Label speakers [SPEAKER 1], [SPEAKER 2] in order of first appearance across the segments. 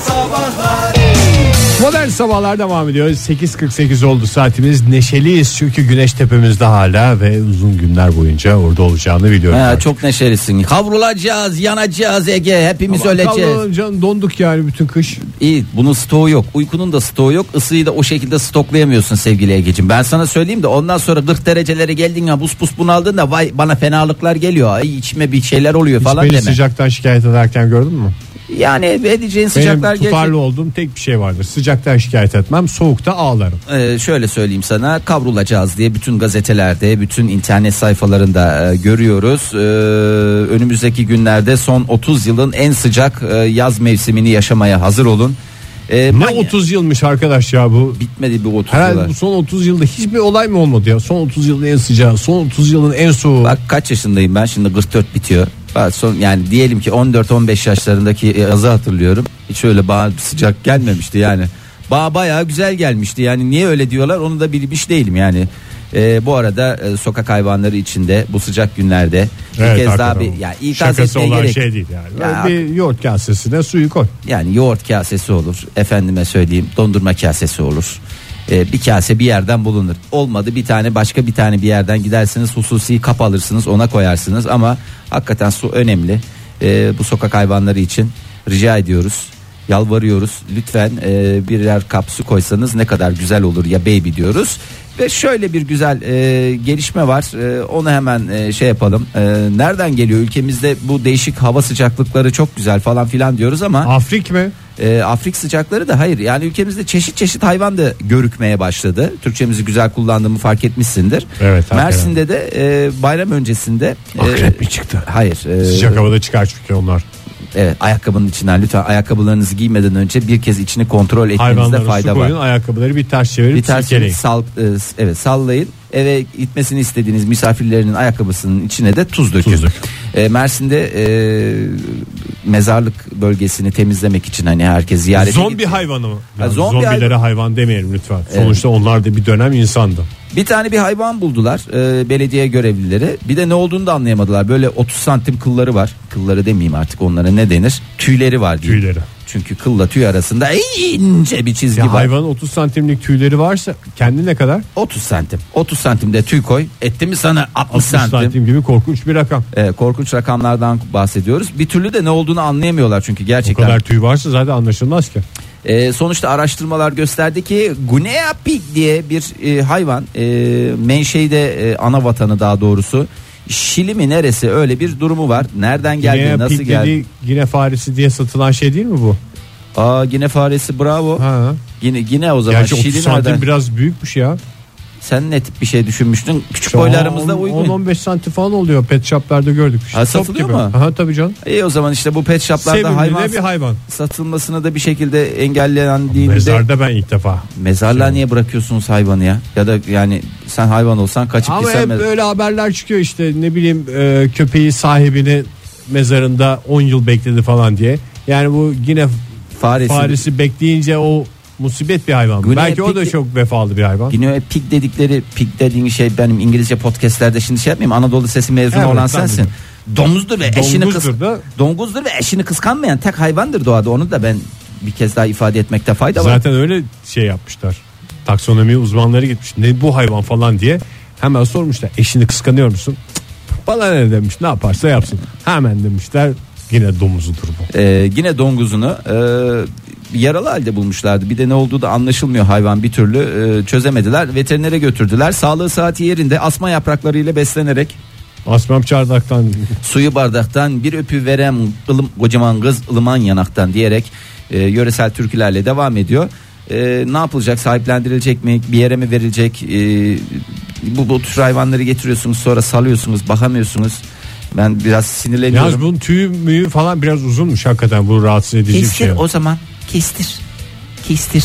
[SPEAKER 1] Sabahlar
[SPEAKER 2] Modern sabahlar devam ediyor. 8.48 oldu saatimiz. Neşeliyiz çünkü güneş tepemizde hala ve uzun günler boyunca orada olacağını biliyoruz.
[SPEAKER 3] Ha, çok neşelisin. Kavrulacağız, yanacağız Ege. Hepimiz öleceğiz.
[SPEAKER 2] Kavralım canım, donduk yani bütün kış.
[SPEAKER 3] İyi, bunun stoğu yok. Uykunun da stoğu yok. Isıyı da o şekilde stoklayamıyorsun sevgili Ege'cim. Ben sana söyleyeyim de ondan sonra 40 derecelere geldin ya bus bus bunaldın da vay bana fenalıklar geliyor. Ay içime bir şeyler oluyor
[SPEAKER 2] Hiç
[SPEAKER 3] falan
[SPEAKER 2] beni
[SPEAKER 3] deme.
[SPEAKER 2] sıcaktan şikayet ederken gördün mü?
[SPEAKER 3] Yani edeceğin sıcaklar
[SPEAKER 2] Benim tutarlı
[SPEAKER 3] gelecek.
[SPEAKER 2] olduğum tek bir şey vardır. Sıcaktan şikayet etmem, soğukta ağlarım.
[SPEAKER 3] Ee, şöyle söyleyeyim sana kavrulacağız diye bütün gazetelerde bütün internet sayfalarında e, görüyoruz. Ee, önümüzdeki günlerde son 30 yılın en sıcak e, yaz mevsimini yaşamaya hazır olun. Ee,
[SPEAKER 2] Ne
[SPEAKER 3] manya-
[SPEAKER 2] 30 yılmış arkadaş ya bu.
[SPEAKER 3] bitmedi bir 30
[SPEAKER 2] Herhalde
[SPEAKER 3] yıllar.
[SPEAKER 2] bu son 30 yılda hiçbir olay mı olmadı ya? Son 30 yılın en sıcağı, son 30 yılın en soğuğu.
[SPEAKER 3] Bak kaç yaşındayım ben şimdi 44 bitiyor. Ben son yani diyelim ki 14-15 yaşlarındaki yazı hatırlıyorum. Hiç öyle bana sıcak gelmemişti yani. Bana bayağı güzel gelmişti yani niye öyle diyorlar onu da bilmiş değilim yani. Ee, bu arada e, sokak hayvanları içinde bu sıcak günlerde bir
[SPEAKER 2] Evet,
[SPEAKER 3] kez daha
[SPEAKER 2] hakikaten
[SPEAKER 3] bir
[SPEAKER 2] bu.
[SPEAKER 3] ya ikaz
[SPEAKER 2] Şakası
[SPEAKER 3] etmeye
[SPEAKER 2] olan
[SPEAKER 3] gerek.
[SPEAKER 2] şey değil yani.
[SPEAKER 3] Ya,
[SPEAKER 2] Böyle bir yoğurt kasesine suyu koy.
[SPEAKER 3] Yani yoğurt kasesi olur. Efendime söyleyeyim dondurma kasesi olur. Ee, bir kase bir yerden bulunur. Olmadı bir tane başka bir tane bir yerden gidersiniz. Hususi kap alırsınız ona koyarsınız. Ama hakikaten su önemli. Ee, bu sokak hayvanları için rica ediyoruz. Yalvarıyoruz. Lütfen e, birer kap su koysanız ne kadar güzel olur ya baby diyoruz. Ve şöyle bir güzel e, gelişme var. E, onu hemen e, şey yapalım. E, nereden geliyor? Ülkemizde bu değişik hava sıcaklıkları çok güzel falan filan diyoruz ama
[SPEAKER 2] Afrik mi?
[SPEAKER 3] e, Afrik sıcakları da hayır yani ülkemizde çeşit çeşit hayvan da görükmeye başladı. Türkçemizi güzel kullandığımı fark etmişsindir.
[SPEAKER 2] Evet, hakikaten.
[SPEAKER 3] Mersin'de de e, bayram öncesinde e,
[SPEAKER 2] Akrep mi çıktı?
[SPEAKER 3] Hayır. e,
[SPEAKER 2] Sıcak havada çıkar çünkü onlar.
[SPEAKER 3] Evet, ayakkabının içinden lütfen ayakkabılarınızı giymeden önce bir kez içini kontrol etmenizde
[SPEAKER 2] Hayvanlara su
[SPEAKER 3] fayda var.
[SPEAKER 2] koyun, ayakkabıları bir ters çevirip
[SPEAKER 3] Bir tersini
[SPEAKER 2] silkeleyin.
[SPEAKER 3] sal, e, s- evet sallayın. Eve gitmesini istediğiniz misafirlerinin ayakkabısının içine de tuz dökün.
[SPEAKER 2] Tuz dökün.
[SPEAKER 3] E, Mersin'de e, mezarlık bölgesini temizlemek için hani herkes ziyarete
[SPEAKER 2] Zombi
[SPEAKER 3] gitti.
[SPEAKER 2] hayvanı mı?
[SPEAKER 3] Ha,
[SPEAKER 2] Yani
[SPEAKER 3] zombi
[SPEAKER 2] zombilere hayvan demeyelim lütfen.
[SPEAKER 3] Evet.
[SPEAKER 2] Sonuçta onlar da bir dönem insandı.
[SPEAKER 3] Bir tane bir hayvan buldular e, belediye görevlileri. Bir de ne olduğunu da anlayamadılar. Böyle 30 santim kılları var. Kılları demeyeyim artık onlara ne denir? Tüyleri var diyeyim.
[SPEAKER 2] Tüyleri.
[SPEAKER 3] Çünkü kılla tüy arasında ince bir çizgi
[SPEAKER 2] Ya
[SPEAKER 3] var.
[SPEAKER 2] hayvanın 30 santimlik tüyleri varsa kendi ne kadar?
[SPEAKER 3] 30 santim. 30 santimde tüy koy. Etti mi sana 60,
[SPEAKER 2] 30 santim.
[SPEAKER 3] santim.
[SPEAKER 2] gibi korkunç bir rakam.
[SPEAKER 3] E, korkunç rakamlardan bahsediyoruz. Bir türlü de ne olduğunu anlayamıyorlar çünkü
[SPEAKER 2] Bu
[SPEAKER 3] gerçekten.
[SPEAKER 2] kadar tüy varsa zaten anlaşılmaz ki.
[SPEAKER 3] E, sonuçta araştırmalar gösterdi ki Guinea pig diye bir e, hayvan e, menşeide e, ana vatanı daha doğrusu Şili mi neresi öyle bir durumu var. Nereden geldi
[SPEAKER 2] Yine
[SPEAKER 3] nasıl
[SPEAKER 2] pig
[SPEAKER 3] geldi?
[SPEAKER 2] dediği yine faresi diye satılan şey değil mi bu?
[SPEAKER 3] Aa Gine faresi bravo.
[SPEAKER 2] Ha.
[SPEAKER 3] Yine Gine o zaman
[SPEAKER 2] Gerçi 30
[SPEAKER 3] Şili
[SPEAKER 2] santim
[SPEAKER 3] nereden?
[SPEAKER 2] biraz büyükmüş ya.
[SPEAKER 3] Sen ne tip bir şey düşünmüştün? Küçük boylarımızda uygun.
[SPEAKER 2] 10-15 santim falan oluyor pet shoplarda gördük.
[SPEAKER 3] Ha,
[SPEAKER 2] Top
[SPEAKER 3] satılıyor
[SPEAKER 2] gibi.
[SPEAKER 3] mu?
[SPEAKER 2] Aha, tabii canım.
[SPEAKER 3] İyi o zaman işte bu pet shoplarda
[SPEAKER 2] Sevimli
[SPEAKER 3] hayvan
[SPEAKER 2] de bir hayvan.
[SPEAKER 3] satılmasını da bir şekilde engellendiğinde de
[SPEAKER 2] Mezarda ben ilk defa.
[SPEAKER 3] Mezarlığa
[SPEAKER 2] Şey-
[SPEAKER 3] niye bırakıyorsunuz hayvanı ya? Ya da yani sen hayvan olsan kaçıp
[SPEAKER 2] Ama
[SPEAKER 3] gitsen
[SPEAKER 2] hep
[SPEAKER 3] mez-
[SPEAKER 2] böyle haberler çıkıyor işte ne bileyim e, köpeği sahibini mezarında 10 yıl bekledi falan diye. Yani bu yine
[SPEAKER 3] faresi.
[SPEAKER 2] faresi bekleyince o musibet bir hayvan.
[SPEAKER 3] Güney
[SPEAKER 2] Belki o da
[SPEAKER 3] peki-
[SPEAKER 2] çok vefalı bir hayvan.
[SPEAKER 3] Guinea pig dedikleri pig dediğin şey benim İngilizce podcastlerde şimdi şey yapmayayım Anadolu Sesi mezunu
[SPEAKER 2] Evet,
[SPEAKER 3] olan
[SPEAKER 2] ben
[SPEAKER 3] sensin. Domuzdur ve eşini kıs
[SPEAKER 2] Domuzdur da-
[SPEAKER 3] Donguzdur ve eşini kıskanmayan tek hayvandır doğada. Onu da ben bir kez daha ifade etmekte fayda var.
[SPEAKER 2] Zaten öyle şey yapmışlar. Taksonomi uzmanları gitmiş. Ne bu hayvan falan diye. Hemen sormuşlar. Eşini kıskanıyor musun? Cık, Bana ne demiş? Ne yaparsa yapsın. Hemen demişler. Yine domuzudur bu.
[SPEAKER 3] Ee, yine donguzunu e, yaralı halde bulmuşlardı. Bir de ne olduğu da anlaşılmıyor hayvan bir türlü e, çözemediler. Veterinere götürdüler. Sağlığı saati yerinde asma yapraklarıyla beslenerek
[SPEAKER 2] Asmam çardaktan
[SPEAKER 3] Suyu bardaktan bir öpü verem ılım, kocaman kız ılıman yanaktan diyerek e, yöresel türkülerle devam ediyor. E, ne yapılacak sahiplendirilecek mi bir yere mi verilecek E, bu, bu tür hayvanları getiriyorsunuz sonra salıyorsunuz bakamıyorsunuz. Ben biraz
[SPEAKER 2] Yalnız
[SPEAKER 3] sinirleniyorum.
[SPEAKER 2] bunun tüyü müyü falan biraz uzunmuş hakikaten bu rahatsız edici bir
[SPEAKER 4] Kestir
[SPEAKER 2] şey.
[SPEAKER 4] o zaman. Kestir. Kestir.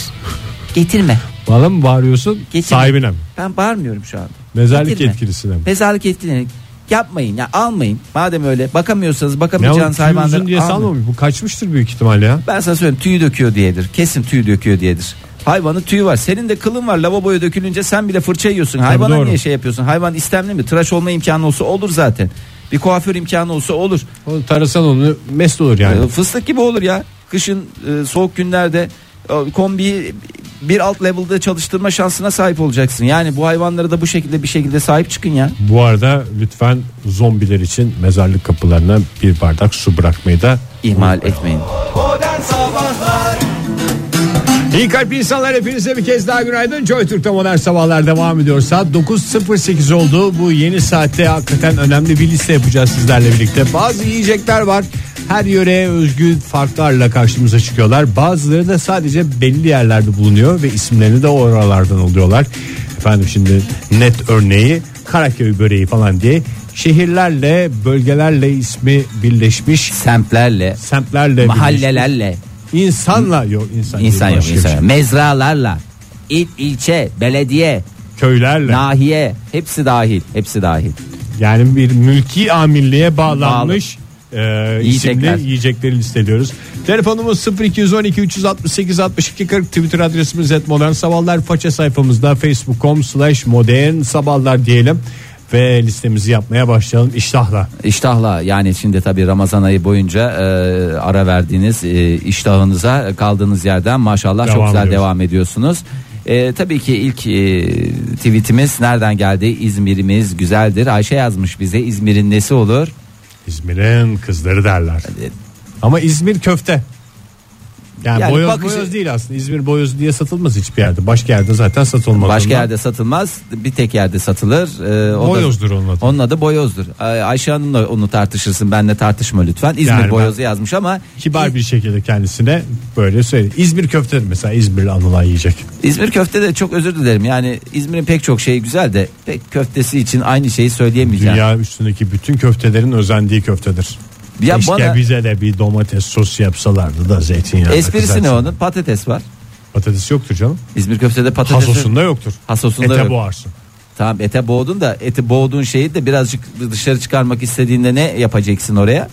[SPEAKER 4] Getirme.
[SPEAKER 2] Bana mı bağırıyorsun
[SPEAKER 4] Getirme.
[SPEAKER 2] sahibine mi?
[SPEAKER 3] Ben bağırmıyorum şu anda.
[SPEAKER 2] Mezarlık
[SPEAKER 4] Getirme.
[SPEAKER 2] etkilisine mi?
[SPEAKER 3] Mezarlık etkilerini yapmayın ya almayın. Madem öyle bakamıyorsanız
[SPEAKER 2] Ne oğlum,
[SPEAKER 3] bakamayacağınız
[SPEAKER 2] tüyü
[SPEAKER 3] hayvanları
[SPEAKER 2] uzun diye
[SPEAKER 3] almayın.
[SPEAKER 2] salmamış. Bu kaçmıştır büyük ihtimalle ya.
[SPEAKER 3] Ben sana söyleyeyim tüyü döküyor diyedir. Kesin tüyü döküyor diyedir. Hayvanın tüyü var. Senin de kılın var. Lavaboya dökülünce sen bile fırça yiyorsun. Hayvana
[SPEAKER 2] doğru.
[SPEAKER 3] niye şey yapıyorsun? Hayvan istemli mi? Tıraş olma imkanı olsa olur zaten. Bir kuaför imkanı olsa olur.
[SPEAKER 2] Onu tarasan onu mest olur yani.
[SPEAKER 3] Ee, Fıstık gibi olur ya. kışın e, soğuk günlerde e, kombiyi bir alt level'da çalıştırma şansına sahip olacaksın. Yani bu hayvanlara da bu şekilde bir şekilde sahip çıkın ya.
[SPEAKER 2] Bu arada lütfen zombiler için mezarlık kapılarına bir bardak su bırakmayı da
[SPEAKER 3] İhmal etmeyin.
[SPEAKER 1] Modern Sabahlar
[SPEAKER 2] İyi kalp insanlar hepinize bir kez daha günaydın. Joy Türk'te modern sabahlar devam ediyor. Saat 9.08 oldu. Bu yeni saatte hakikaten önemli bir liste yapacağız sizlerle birlikte. Bazı yiyecekler var. Her yöreye özgü farklarla karşımıza çıkıyorlar. Bazıları da sadece belli yerlerde bulunuyor ve isimlerini de oralardan oluyorlar. Efendim şimdi net örneği Karaköy böreği falan diye şehirlerle bölgelerle ismi birleşmiş
[SPEAKER 3] Semtlerle,
[SPEAKER 2] semtlerle birleşmiş.
[SPEAKER 3] mahallelerle,
[SPEAKER 2] insanla yok insan,
[SPEAKER 3] insan yok
[SPEAKER 2] başka bir
[SPEAKER 3] insan.
[SPEAKER 2] şey.
[SPEAKER 3] yok. Mezralarla, il, ilçe, belediye,
[SPEAKER 2] köylerle
[SPEAKER 3] nahiye hepsi dahil, hepsi dahil.
[SPEAKER 2] Yani bir mülki amilliğe bağlanmış e,
[SPEAKER 3] Yiyecekler.
[SPEAKER 2] isimli yiyecekleri listeliyoruz. Telefonumuz 0212 368 62 40 Twitter adresimiz et modern sabahlar faça sayfamızda facebook.com slash modern sabahlar diyelim ve listemizi yapmaya başlayalım iştahla.
[SPEAKER 3] İştahla yani şimdi tabii Ramazan ayı boyunca e, ara verdiğiniz e, iştahınıza kaldığınız yerden maşallah çok
[SPEAKER 2] Devam
[SPEAKER 3] güzel
[SPEAKER 2] ediyoruz.
[SPEAKER 3] devam ediyorsunuz. E, tabii ki ilk e, tweetimiz nereden geldi? İzmir'imiz güzeldir. Ayşe yazmış bize İzmir'in nesi olur?
[SPEAKER 2] İzmir'in kızları derler. Ama İzmir köfte. Yani,
[SPEAKER 3] Yani
[SPEAKER 2] boyoz,
[SPEAKER 3] bakışı-
[SPEAKER 2] boyoz değil aslında. İzmir boyozu diye satılmaz hiçbir yerde. Başka yerde zaten satılmaz.
[SPEAKER 3] Başka
[SPEAKER 2] Ondan-
[SPEAKER 3] yerde satılmaz, bir tek yerde satılır. E, o da-
[SPEAKER 2] Boyozdur onun adı.
[SPEAKER 3] Onun adı boyozdur. Ay- Ayşe Hanım'la onu tartışırsın. Benle tartışma lütfen. İzmir
[SPEAKER 2] Yani ben-
[SPEAKER 3] boyozu yazmış ama
[SPEAKER 2] kibar bir şekilde kendisine böyle söyle. İzmir köftedir mesela İzmirli anılan yiyecek.
[SPEAKER 3] İzmir köfte de çok özür dilerim. Yani İzmir'in pek çok şeyi güzel de pek köftesi için aynı şeyi söyleyemeyeceğim.
[SPEAKER 2] Dünya üstündeki bütün köftelerin özendiği köftedir.
[SPEAKER 3] Ya
[SPEAKER 2] Keşke
[SPEAKER 3] bana-
[SPEAKER 2] bize de bir domates sosu yapsalardı da zeytinyağı.
[SPEAKER 3] Esprisi ne onun? Patates var.
[SPEAKER 2] Patates yoktur canım.
[SPEAKER 3] İzmir köftede patates.
[SPEAKER 2] Hasosunda yoktur.
[SPEAKER 3] Hasosunda
[SPEAKER 2] Ete
[SPEAKER 3] yok.
[SPEAKER 2] boğarsın.
[SPEAKER 3] Tamam ete boğdun da eti boğduğun şeyi de birazcık dışarı çıkarmak istediğinde ne yapacaksın oraya?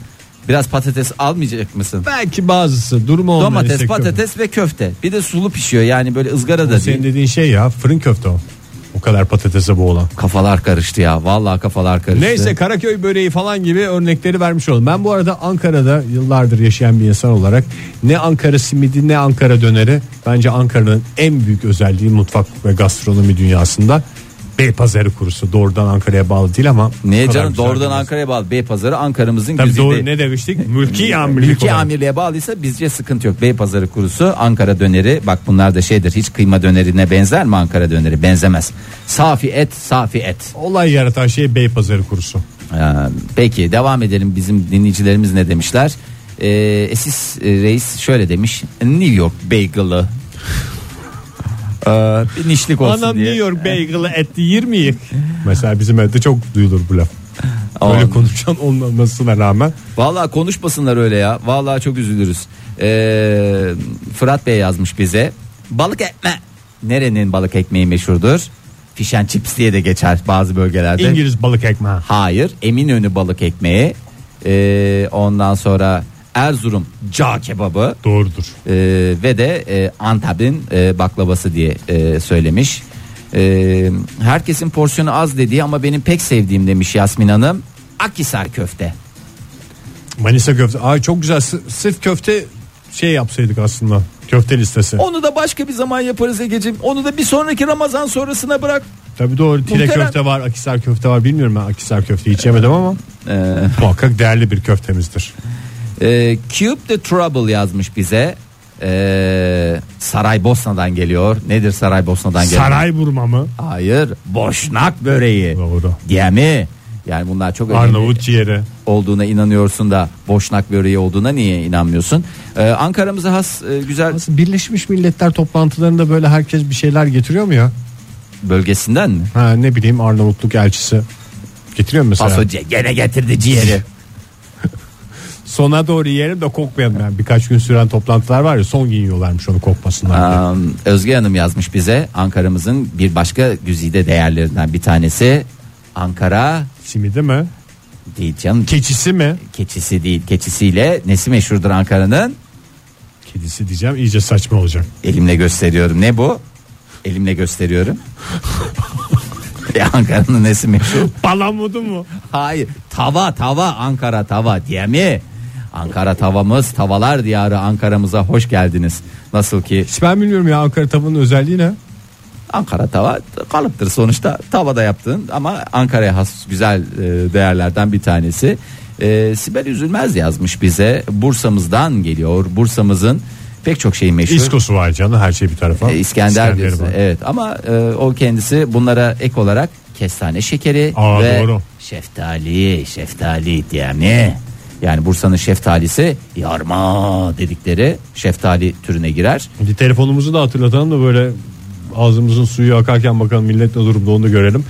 [SPEAKER 3] Biraz patates almayacak mısın?
[SPEAKER 2] Belki bazısı durumu olmayan
[SPEAKER 3] Domates,
[SPEAKER 2] istek köfte.
[SPEAKER 3] patates ve köfte. Bir de sulu pişiyor yani böyle ızgara da değil.
[SPEAKER 2] Senin dediğin şey ya fırın köfte o. O kadar patatese boğulan.
[SPEAKER 3] Kafalar karıştı ya. Vallahi kafalar karıştı.
[SPEAKER 2] Neyse Karaköy böreği falan gibi örnekleri vermiş oldum. Ben bu arada Ankara'da yıllardır yaşayan bir insan olarak ne Ankara simidi ne Ankara döneri bence Ankara'nın en büyük özelliği mutfak ve gastronomi dünyasında Beypazarı kurusu doğrudan Ankara'ya bağlı değil ama
[SPEAKER 3] Niye
[SPEAKER 2] o kadar
[SPEAKER 3] canım
[SPEAKER 2] güzel
[SPEAKER 3] doğrudan
[SPEAKER 2] bir-
[SPEAKER 3] Ankara'ya bağlı. Beypazarı Ankara'mızın
[SPEAKER 2] Tabii
[SPEAKER 3] güzide.
[SPEAKER 2] doğru ne demiştik? Mülki amirlik
[SPEAKER 3] Ülke
[SPEAKER 2] olarak.
[SPEAKER 3] amirliğe bağlıysa bizce sıkıntı yok. Beypazarı kurusu, Ankara döneri. Bak bunlar da şeydir. Hiç kıyma dönerine benzer mi Ankara döneri? Benzemez. Safi et, safi et.
[SPEAKER 2] Olay yaratan şey Beypazarı kurusu.
[SPEAKER 3] Ee, peki devam edelim. Bizim dinleyicilerimiz ne demişler? Ee, Esis e, Reis şöyle demiş. New York bagel'ı. Ee, bir nişlik olsun
[SPEAKER 2] Anam
[SPEAKER 3] diye.
[SPEAKER 2] New York bagel'ı etti 20 yıl. Mesela bizim evde çok duyulur bu laf. Böyle
[SPEAKER 3] Aman.
[SPEAKER 2] konuşan olmamasına rağmen
[SPEAKER 3] Vallahi konuşmasınlar öyle ya. Vallahi çok üzülürüz. Ee, Fırat Bey yazmış bize. Balık ekme. Nerenin balık ekmeği meşhurdur? Fişen chips diye de geçer bazı bölgelerde.
[SPEAKER 2] İngiliz balık ekmeği.
[SPEAKER 3] Hayır, Eminönü balık ekmeği. Ee, ondan sonra Erzurum cağ kebabı
[SPEAKER 2] Doğrudur.
[SPEAKER 3] Ee, ve de e, Antep'in e, baklavası diye e, söylemiş. Ee, herkesin porsiyonu az dediği ama benim pek sevdiğim demiş Yasmin Hanım. Akisar köfte.
[SPEAKER 2] Manisa köfte. Ay çok güzel. S- Sırf köfte şey yapsaydık aslında. Köfte listesi.
[SPEAKER 3] Onu da başka bir zaman yaparız Ege'cim. Onu da bir sonraki Ramazan sonrasına bırak.
[SPEAKER 2] Tabii doğru. Tire
[SPEAKER 3] Muhterem.
[SPEAKER 2] köfte var, akisar köfte var. Bilmiyorum ben akisar köfteyi hiç yemedim ama muhakkak değerli bir köftemizdir.
[SPEAKER 3] Ee, Cube the Trouble yazmış bize. Ee, Saraybosna'dan geliyor. Nedir Saraybosna'dan geliyor?
[SPEAKER 2] Saray burma mı?
[SPEAKER 3] Hayır. Boşnak böreği.
[SPEAKER 2] Doğru.
[SPEAKER 3] Diye mi? Yani bunlar çok önemli
[SPEAKER 2] Arnavut ciğeri.
[SPEAKER 3] olduğuna inanıyorsun da boşnak böreği olduğuna niye inanmıyorsun? Ee, Ankara'mıza has e, güzel
[SPEAKER 2] Birleşmiş Milletler toplantılarında böyle herkes bir şeyler getiriyor mu ya?
[SPEAKER 3] bölgesinden mi?
[SPEAKER 2] Ha ne bileyim Arnavutluk elçisi getiriyor mu mesela?
[SPEAKER 3] Paso ci- gene getirdi ciğeri.
[SPEAKER 2] Sona doğru yiyelim de kokmayalım yani. Birkaç gün süren toplantılar var ya son yiyorlarmış onu kokmasınlar. diye.
[SPEAKER 3] Aa, Özge Hanım yazmış bize Ankara'mızın bir başka güzide değerlerinden bir tanesi Ankara
[SPEAKER 2] Simidi mi?
[SPEAKER 3] değil canım
[SPEAKER 2] Keçisi mi?
[SPEAKER 3] keçisi değil keçisiyle nesi meşhurdur Ankara'nın
[SPEAKER 2] Kedisi diyeceğim iyice saçma olacak.
[SPEAKER 3] elimle gösteriyorum ne bu elimle gösteriyorum E, Ankara'nın nesi meşhur
[SPEAKER 2] Palamudu mu?
[SPEAKER 3] hayır tava tava Ankara tava diye mi Ankara tavamız, tavalar diyarı Ankara'mıza hoş geldiniz. Nasıl ki
[SPEAKER 2] Hiç ben bilmiyorum ya Ankara tavanın özelliği ne?
[SPEAKER 3] Ankara tava kalıptır sonuçta tavada yaptığın ama Ankara'ya has güzel e, değerlerden bir tanesi. E, Sibel Üzülmez yazmış bize Bursa'mızdan geliyor Bursa'mızın pek çok şeyi meşhur.
[SPEAKER 2] İskosu var canı her şey bir tarafa.
[SPEAKER 3] E, İskender diyorsun.
[SPEAKER 2] var.
[SPEAKER 3] Evet ama e, o kendisi bunlara ek olarak kestane şekeri
[SPEAKER 2] Aa,
[SPEAKER 3] ve
[SPEAKER 2] doğru.
[SPEAKER 3] şeftali, şeftali diye ne? Yani Bursa'nın şeftalisi yarma dedikleri şeftali türüne girer.
[SPEAKER 2] Bir telefonumuzu da hatırlatalım da böyle ağzımızın suyu akarken bakalım millet ne durumda onu da görelim.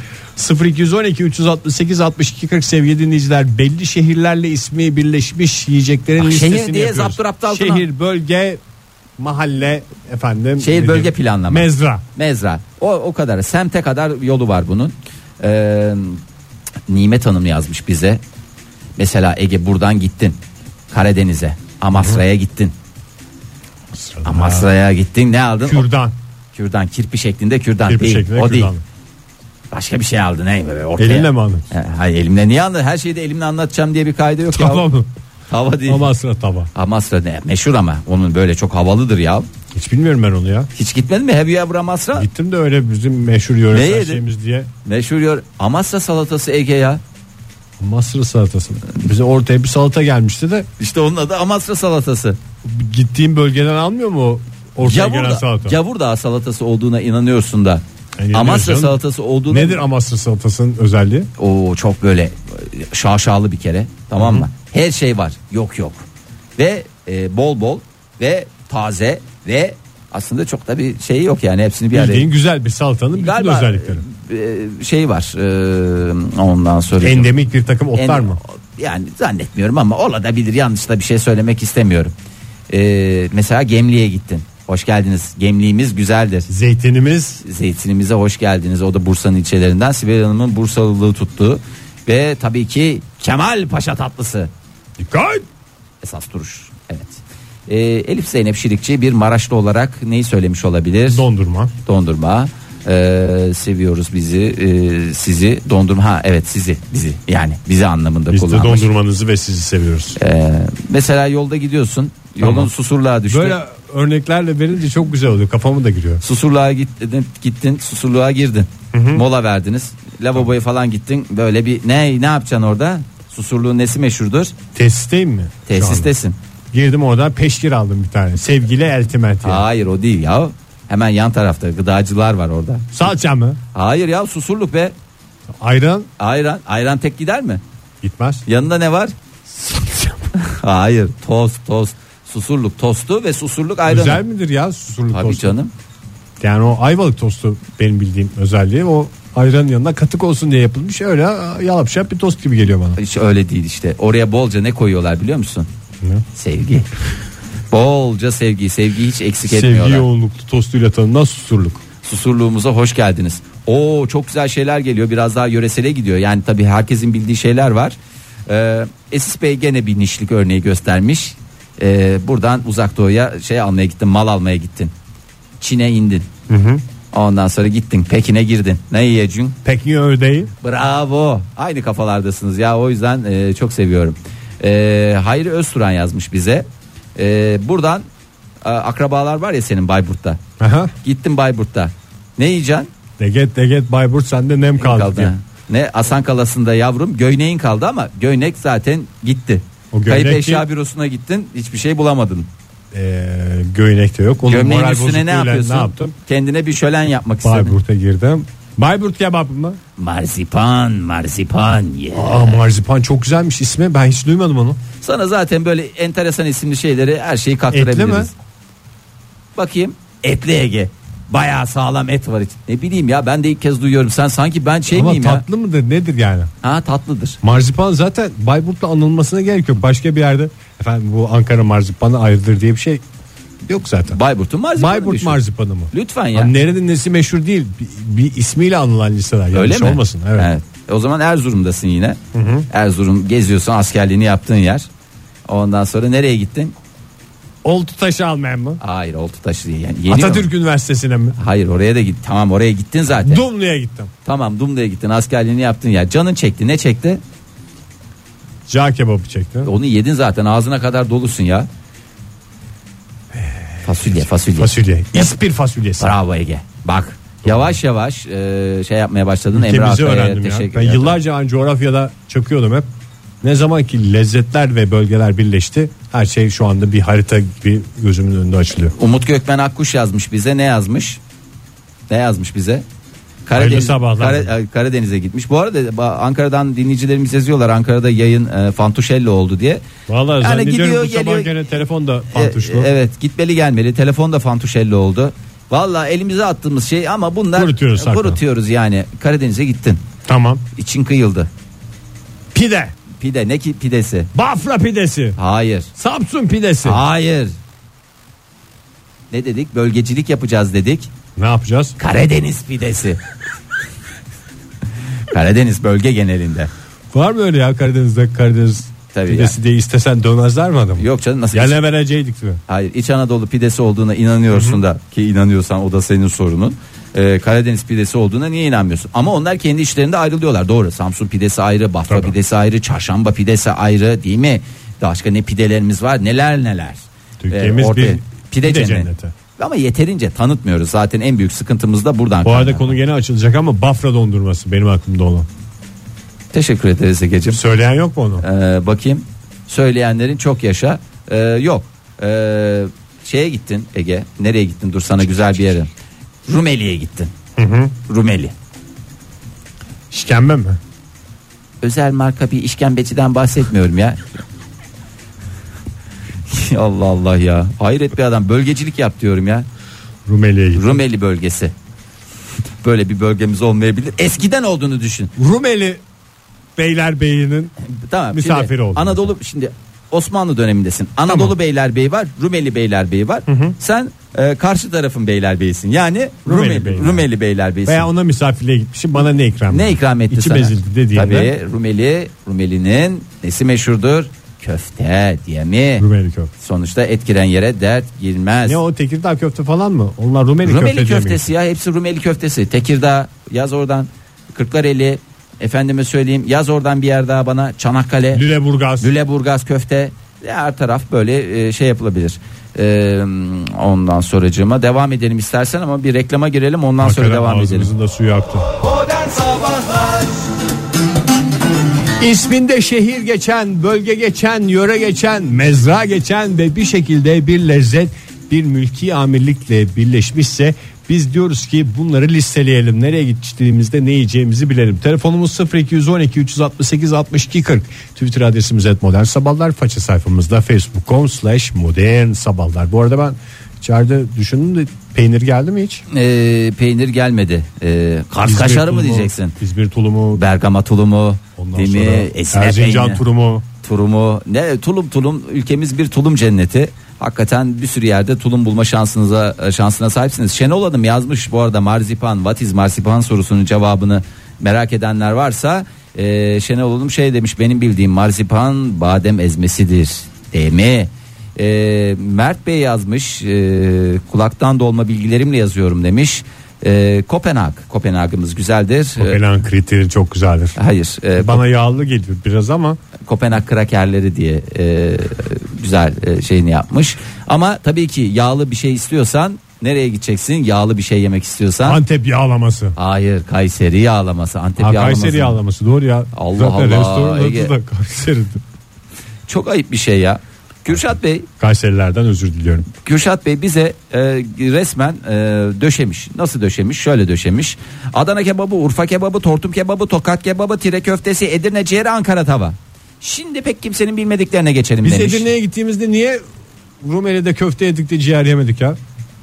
[SPEAKER 2] 0212 368 62 40 sevgili dinleyiciler belli şehirlerle ismi birleşmiş yiyeceklerin
[SPEAKER 3] Ah, şehir
[SPEAKER 2] listesini
[SPEAKER 3] diye
[SPEAKER 2] yapıyoruz.
[SPEAKER 3] zapturapt altına.
[SPEAKER 2] Şehir, bölge, mahalle efendim.
[SPEAKER 3] Şehir
[SPEAKER 2] ne
[SPEAKER 3] bölge
[SPEAKER 2] diyeyim?
[SPEAKER 3] planlama.
[SPEAKER 2] Mezra.
[SPEAKER 3] Mezra. O o kadar. Semte kadar yolu var bunun. Ee, Nimet Hanım yazmış bize. Mesela Ege buradan gittin. Karadeniz'e. Amasra'ya gittin. Amasra'ya gittin ne aldın?
[SPEAKER 2] Kürdan.
[SPEAKER 3] O- kürdan kirpi şeklinde kürdan
[SPEAKER 2] Kirpi
[SPEAKER 3] değil.
[SPEAKER 2] şeklinde
[SPEAKER 3] o değil.
[SPEAKER 2] kürdan.
[SPEAKER 3] Başka bir şey aldın ne böyle ortaya.
[SPEAKER 2] Elinle mi aldın?
[SPEAKER 3] E, hayır elimle niye aldın? Her şeyi de elimle anlatacağım diye bir kaydı yok ya.
[SPEAKER 2] Tamam mı?
[SPEAKER 3] Hava değil.
[SPEAKER 2] Ama aslında tava.
[SPEAKER 3] Amasra ne? Meşhur ama onun böyle çok havalıdır ya.
[SPEAKER 2] Hiç bilmiyorum ben onu ya.
[SPEAKER 3] Hiç gitmedin mi? Have you ever Amasra?
[SPEAKER 2] Gittim de öyle bizim meşhur
[SPEAKER 3] Ne
[SPEAKER 2] yöresel
[SPEAKER 3] yedin?
[SPEAKER 2] şeyimiz diye.
[SPEAKER 3] Meşhur yor Amasra salatası Ege ya.
[SPEAKER 2] Masır salatası. Bize ortaya bir salata gelmişti de
[SPEAKER 3] İşte onun adı Amasra salatası.
[SPEAKER 2] gittiğim bölgeden almıyor mu o ortaya gelen
[SPEAKER 3] Gavurda,
[SPEAKER 2] salata?
[SPEAKER 3] Gavurda salatası olduğuna inanıyorsun da.
[SPEAKER 2] Yani
[SPEAKER 3] Amasra
[SPEAKER 2] diyorsun,
[SPEAKER 3] salatası olduğunu
[SPEAKER 2] Nedir Amasra salatasının özelliği?
[SPEAKER 3] o çok böyle şaşalı bir kere tamam mı? Her şey var. Yok yok. Ve e, bol bol ve taze ve aslında çok da bir şey yok yani hepsini bir araya.
[SPEAKER 2] Bildiğin güzel bir salatanın bütün
[SPEAKER 3] Galiba,
[SPEAKER 2] özellikleri.
[SPEAKER 3] e, şey var. e, ondan sonra
[SPEAKER 2] Endemik bir takım otlar
[SPEAKER 3] En-
[SPEAKER 2] mı?
[SPEAKER 3] Yani zannetmiyorum ama olabilir yanlış da bir şey söylemek istemiyorum. Ee, mesela Gemli'ye gittin. Hoş geldiniz. Gemliğimiz güzeldir.
[SPEAKER 2] Zeytinimiz
[SPEAKER 3] Zeytinimize hoş geldiniz. O da Bursa'nın ilçelerinden. Sibel Hanım'ın Bursalılığı tuttu. Ve tabii ki Kemal Paşa tatlısı.
[SPEAKER 2] dikkat.
[SPEAKER 3] Esas duruş. Evet. Ee, Elif Zeynep Şirikçi bir Maraşlı olarak neyi söylemiş olabilir?
[SPEAKER 2] Dondurma.
[SPEAKER 3] dondurma. Ee, seviyoruz bizi ee, sizi dondurma ha evet sizi bizi yani bizi anlamında
[SPEAKER 2] Biz de
[SPEAKER 3] kullanmış.
[SPEAKER 2] dondurmanızı ve sizi seviyoruz.
[SPEAKER 3] Ee, mesela yolda gidiyorsun. Yolun
[SPEAKER 2] Tamam.
[SPEAKER 3] susurluğa düştü.
[SPEAKER 2] Böyle örneklerle verince çok güzel oluyor. Kafamı da giriyor.
[SPEAKER 3] Susurluğa gittin, gittin, susurluğa girdin. Mola verdiniz. Lavaboya falan gittin. Böyle bir ne ne yapacaksın orada? Susurluğun nesi meşhurdur?
[SPEAKER 2] Tesisteyim mi? şu anda?
[SPEAKER 3] Tesistesin.
[SPEAKER 2] Girdim oradan peşkir aldım bir tane. Sevgili eltimet. diye.
[SPEAKER 3] Hayır o değil ya. Hemen yan tarafta gıdacılar var orada.
[SPEAKER 2] Salça mı?
[SPEAKER 3] Hayır ya susurluk be.
[SPEAKER 2] Ayran
[SPEAKER 3] Ayran ayran tek gider mi?
[SPEAKER 2] gitmez.
[SPEAKER 3] Yanında ne var? Hayır, tost, tost. Susurluk tostu ve susurluk ayranı.
[SPEAKER 2] Güzel midir ya susurluk
[SPEAKER 3] Tabii
[SPEAKER 2] tostu?
[SPEAKER 3] canım.
[SPEAKER 2] Yani o ayvalık tostu benim bildiğim özelliği o ayranın yanına katık olsun diye yapılmış öyle yalap şap bir tost gibi geliyor bana.
[SPEAKER 3] Hiç öyle değil işte. Oraya bolca ne koyuyorlar biliyor musun?
[SPEAKER 2] Ne?
[SPEAKER 3] Sevgi. bolca sevgi. Sevgiyi hiç eksik
[SPEAKER 2] Sevgi
[SPEAKER 3] etmiyorlar.
[SPEAKER 2] yoğunluklu tostuyla tanınan susurluk.
[SPEAKER 3] Susurluğumuza hoş geldiniz. Oo çok güzel şeyler geliyor. Biraz daha yöresele gidiyor. Yani tabii herkesin bildiği şeyler var. Ee, Esis Bey gene bir nişlik örneği göstermiş. Ee, buradan uzak doğuya şey almaya gittin, mal almaya gittin. Çin'e indin. Ondan sonra gittin Pekin'e girdin. Ne yiyeceksin?
[SPEAKER 2] Pekin ördeği
[SPEAKER 3] Bravo. Aynı kafalardasınız ya o yüzden e, çok seviyorum. E, Hayri Özturan yazmış bize. E, buradan e, akrabalar var ya senin Bayburt'ta.
[SPEAKER 2] Aha.
[SPEAKER 3] Gittin Bayburt'ta. Ne yiyeceksin?
[SPEAKER 2] Deget deget Bayburt sende nem kaldı, diyor.
[SPEAKER 3] ha. Ne Asan Kalası'nda yavrum göyneğin kaldı ama göynek zaten gitti.
[SPEAKER 2] O göynek
[SPEAKER 3] Kayıp eşya
[SPEAKER 2] ki-
[SPEAKER 3] bürosuna gittin hiçbir şey bulamadın.
[SPEAKER 2] Ee, göğnek de yok. Onun
[SPEAKER 3] Gömleğin
[SPEAKER 2] moral
[SPEAKER 3] üstüne ne
[SPEAKER 2] bozukluğuyla
[SPEAKER 3] yapıyorsun?
[SPEAKER 2] Ne yaptım?
[SPEAKER 3] Kendine bir şölen yapmak istedin.
[SPEAKER 2] Bayburt'a girdim. Bayburt kebap mı?
[SPEAKER 3] Marzipan, marzipan ye.
[SPEAKER 2] Aa marzipan çok güzelmiş ismi. Ben hiç duymadım onu.
[SPEAKER 3] Sana zaten böyle enteresan isimli şeyleri her şeyi kaktırabiliriz.
[SPEAKER 2] Etli mi?
[SPEAKER 3] Bakayım. Etli Ege. Bayağı sağlam et var için. Ne bileyim ya ben de ilk kez duyuyorum. Sen sanki ben şey
[SPEAKER 2] Ama
[SPEAKER 3] miyim
[SPEAKER 2] tatlı mıdır nedir yani?
[SPEAKER 3] ya? Ha tatlıdır.
[SPEAKER 2] Marzipan zaten Bayburt'la anılmasına gerek yok. Başka bir yerde efendim bu Ankara marzipanı ayrıdır diye bir şey yok zaten.
[SPEAKER 3] Bayburt'un marzipanı
[SPEAKER 2] Bayburt
[SPEAKER 3] düşün.
[SPEAKER 2] marzipanı mı?
[SPEAKER 3] Lütfen ya.
[SPEAKER 2] Ha, nerenin nesi meşhur değil. Bir, bir ismiyle anılan listeler.
[SPEAKER 3] Öyle
[SPEAKER 2] Yanlış
[SPEAKER 3] mi?
[SPEAKER 2] olmasın. Evet.
[SPEAKER 3] E, O zaman Erzurum'dasın yine. Erzurum geziyorsun askerliğini yaptığın yer. Ondan sonra nereye gittin?
[SPEAKER 2] Oltu taşı almayan mı?
[SPEAKER 3] Hayır Oltutaş değil. Yani yeniyor mu?
[SPEAKER 2] Atatürk Üniversitesi'ne mi?
[SPEAKER 3] Hayır oraya da git. Tamam oraya gittin zaten.
[SPEAKER 2] Dumlu'ya gittim.
[SPEAKER 3] Tamam Dumlu'ya gittin askerliğini yaptın ya. Canın çekti ne çekti?
[SPEAKER 2] Cağ kebabı çektin.
[SPEAKER 3] Onu yedin zaten ağzına kadar dolusun ya. Fasulye fasulye.
[SPEAKER 2] Fasulye. İspir fasulyesi.
[SPEAKER 3] Bravo Ege. Bak yavaş yavaş e, şey yapmaya başladın. Emre
[SPEAKER 2] Ülkemizi
[SPEAKER 3] Akay'a
[SPEAKER 2] öğrendim ya.
[SPEAKER 3] teşekkür
[SPEAKER 2] Ben
[SPEAKER 3] ederim.
[SPEAKER 2] yıllarca aynı coğrafyada çakıyordum hep. Ne zaman ki lezzetler ve bölgeler birleşti her şey şu anda bir harita gibi gözümün önünde açılıyor.
[SPEAKER 3] Umut Gökmen Akkuş yazmış bize ne yazmış? Ne yazmış bize?
[SPEAKER 2] Hayırlı sabahlar.
[SPEAKER 3] Kara- e, Karadeniz'e gitmiş. Bu arada ba- Ankara'dan dinleyicilerimiz yazıyorlar. Ankara'da yayın e, Fantuşello oldu diye.
[SPEAKER 2] Vallahi
[SPEAKER 3] Yani
[SPEAKER 2] zannediyorum
[SPEAKER 3] gidiyor,
[SPEAKER 2] bu sabah
[SPEAKER 3] geliyor.
[SPEAKER 2] gene telefon da
[SPEAKER 3] E,
[SPEAKER 2] pantuşlu.
[SPEAKER 3] e, evet gitmeli gelmeli. Telefon da Fantuşello oldu. Valla elimize attığımız şey ama bunlar
[SPEAKER 2] Kurutuyoruz saklı.
[SPEAKER 3] kurutuyoruz yani. Karadeniz'e gittin.
[SPEAKER 2] Tamam.
[SPEAKER 3] İçin kıyıldı.
[SPEAKER 2] Pide.
[SPEAKER 3] Pide ne ki pidesi?
[SPEAKER 2] Bafra pidesi.
[SPEAKER 3] Hayır.
[SPEAKER 2] Samsun pidesi.
[SPEAKER 3] Hayır. Ne dedik? Bölgecilik yapacağız dedik.
[SPEAKER 2] Ne yapacağız?
[SPEAKER 3] Karadeniz pidesi. Karadeniz bölge genelinde.
[SPEAKER 2] Var mı öyle ya Karadeniz'de Karadeniz
[SPEAKER 3] Tabii
[SPEAKER 2] pidesi diye istesen dönmezler mi adamı?
[SPEAKER 3] Yok canım nasıl?
[SPEAKER 2] Yerle vereceydik mi?
[SPEAKER 3] Hayır İç Anadolu pidesi olduğuna inanıyorsun da ki inanıyorsan o da senin sorunun. Ee, Karadeniz pidesi olduğuna niye inanmıyorsun? Ama onlar kendi işlerinde ayrılıyorlar doğru. Samsun pidesi ayrı, Bafra
[SPEAKER 2] Tabii.
[SPEAKER 3] pidesi ayrı, Çarşamba pidesi ayrı değil mi? Başka ne pidelerimiz var neler neler. Ee,
[SPEAKER 2] Türkiye'miz
[SPEAKER 3] ortaya-
[SPEAKER 2] bir pide cenneti.
[SPEAKER 3] Ama yeterince tanıtmıyoruz zaten en büyük sıkıntımız da buradan.
[SPEAKER 2] Bu arada
[SPEAKER 3] kaynağı.
[SPEAKER 2] konu gene açılacak ama Bafra dondurması benim aklımda olan.
[SPEAKER 3] Teşekkür ederiz Ege'ciğim.
[SPEAKER 2] Söyleyen yok mu onu?
[SPEAKER 3] Ee, bakayım söyleyenlerin çok yaşa Ee, yok Ee, şeye gittin Ege nereye gittin dur sana güzel bir yere Rumeli'ye gittin Rumeli
[SPEAKER 2] İşkembe mi?
[SPEAKER 3] özel marka bir işkembeciden bahsetmiyorum ya Allah Allah ya hayret bir adam bölgecilik yap diyorum ya
[SPEAKER 2] Rumeli'ye gittim.
[SPEAKER 3] Rumeli bölgesi böyle bir bölgemiz olmayabilir eskiden olduğunu düşün
[SPEAKER 2] Rumeli Beylerbeyi'nin
[SPEAKER 3] Tamam.
[SPEAKER 2] Misafiri
[SPEAKER 3] şimdi
[SPEAKER 2] oldum.
[SPEAKER 3] Anadolu şimdi Osmanlı dönemindesin. Anadolu Beylerbeyi var, Rumeli Beylerbeyi var. Sen e, karşı tarafın Beylerbeyi'sin. Yani
[SPEAKER 2] Rumeli
[SPEAKER 3] Rumeli
[SPEAKER 2] Beyler.
[SPEAKER 3] Rumeli Beylerbeyi'sin.
[SPEAKER 2] veya ona misafirliğe gitmişim bana ne ikram
[SPEAKER 3] ne ikram etti
[SPEAKER 2] İçi
[SPEAKER 3] sana?
[SPEAKER 2] bezildi dediğinde
[SPEAKER 3] Tabii Rumeli Rumeli'nin nesi meşhurdur? Köfte diye mi?
[SPEAKER 2] Rumeli köfte.
[SPEAKER 3] Sonuçta et giren yere dert girmez.
[SPEAKER 2] Ne o Tekirdağ köfte falan mı? Onlar Rumeli,
[SPEAKER 3] Rumeli
[SPEAKER 2] köfte diye mi
[SPEAKER 3] köftesi ya hepsi Rumeli köftesi. Tekirdağ yaz oradan. Kırklareli efendime söyleyeyim yaz oradan bir yer daha bana Çanakkale.
[SPEAKER 2] geçiyor? Lüleburgaz.
[SPEAKER 3] Lüleburgaz köfte her taraf böyle e, şey yapılabilir. E, ondan sonracığıma devam edelim istersen ama bir reklama girelim ondan sonra
[SPEAKER 2] Hakikaten
[SPEAKER 3] devam edelim.
[SPEAKER 2] ağzımızın da suyu aktı.
[SPEAKER 1] Modern Sabahlar
[SPEAKER 2] İsminde şehir geçen, bölge geçen, yöre geçen, mezra geçen ve bir şekilde bir lezzet, bir mülki amirlikle birleşmişse biz diyoruz ki bunları listeleyelim. Nereye gittiğimizde ne yiyeceğimizi bilelim. Telefonumuz 0212 368 62 40. Twitter adresimiz et modern sabahlar. Faça sayfamızda facebook.com slash modern sabahlar. Bu arada ben içeride düşündüm de peynir geldi mi hiç?
[SPEAKER 3] E, peynir gelmedi. E, Kars
[SPEAKER 2] İzmir
[SPEAKER 3] kaşarı mı
[SPEAKER 2] tulumu,
[SPEAKER 3] diyeceksin?
[SPEAKER 2] İzmir tulumu.
[SPEAKER 3] Bergama tulumu,
[SPEAKER 2] Ondan
[SPEAKER 3] değil
[SPEAKER 2] sonra
[SPEAKER 3] mi? Esine
[SPEAKER 2] Erzincan
[SPEAKER 3] peyniri.
[SPEAKER 2] turumu.
[SPEAKER 3] turumu. Ne tulum tulum ülkemiz bir tulum cenneti. Hakikaten bir sürü yerde tulum bulma şansınıza şansına sahipsiniz. Şenol Hanım yazmış bu arada marzipan what is marzipan sorusunun cevabını merak edenler varsa e, Şenol Hanım şey demiş benim bildiğim marzipan badem ezmesidir. Değil mi? E, Mert Bey yazmış e, kulaktan dolma bilgilerimle yazıyorum demiş. E, Kopenhag Kopenhag'ımız güzeldir. E,
[SPEAKER 2] Kopenhag kriteri çok güzeldir.
[SPEAKER 3] hayır. e,
[SPEAKER 2] Bana yağlı geliyor biraz ama
[SPEAKER 3] Kopenhag krakerleri diye e, güzel e, şeyini yapmış. Ama tabii ki yağlı bir şey istiyorsan nereye gideceksin? Yağlı bir şey yemek istiyorsan.
[SPEAKER 2] Antep yağlaması.
[SPEAKER 3] Hayır Kayseri yağlaması Antep
[SPEAKER 2] Ha,
[SPEAKER 3] yağlaması.
[SPEAKER 2] Kayseri yağlaması doğru ya.
[SPEAKER 3] Allah
[SPEAKER 2] Zaten
[SPEAKER 3] Allah,
[SPEAKER 2] restoranın adı
[SPEAKER 3] Ege.
[SPEAKER 2] da Kayseri'dir.
[SPEAKER 3] Çok ayıp bir şey ya. Kürşat Bey,
[SPEAKER 2] Kayserilerden özür diliyorum.
[SPEAKER 3] Kürşat Bey bize e, resmen e, döşemiş. Nasıl döşemiş? Şöyle döşemiş. Adana kebabı, Urfa kebabı, Tortum kebabı, Tokat kebabı, Tire köftesi, Edirne ciğeri, Ankara tava. Şimdi pek kimsenin bilmediklerine geçelim
[SPEAKER 2] Biz
[SPEAKER 3] demiş.
[SPEAKER 2] Edirne'ye gittiğimizde niye Rumeli'de köfte yedik de ciğer yemedik ya?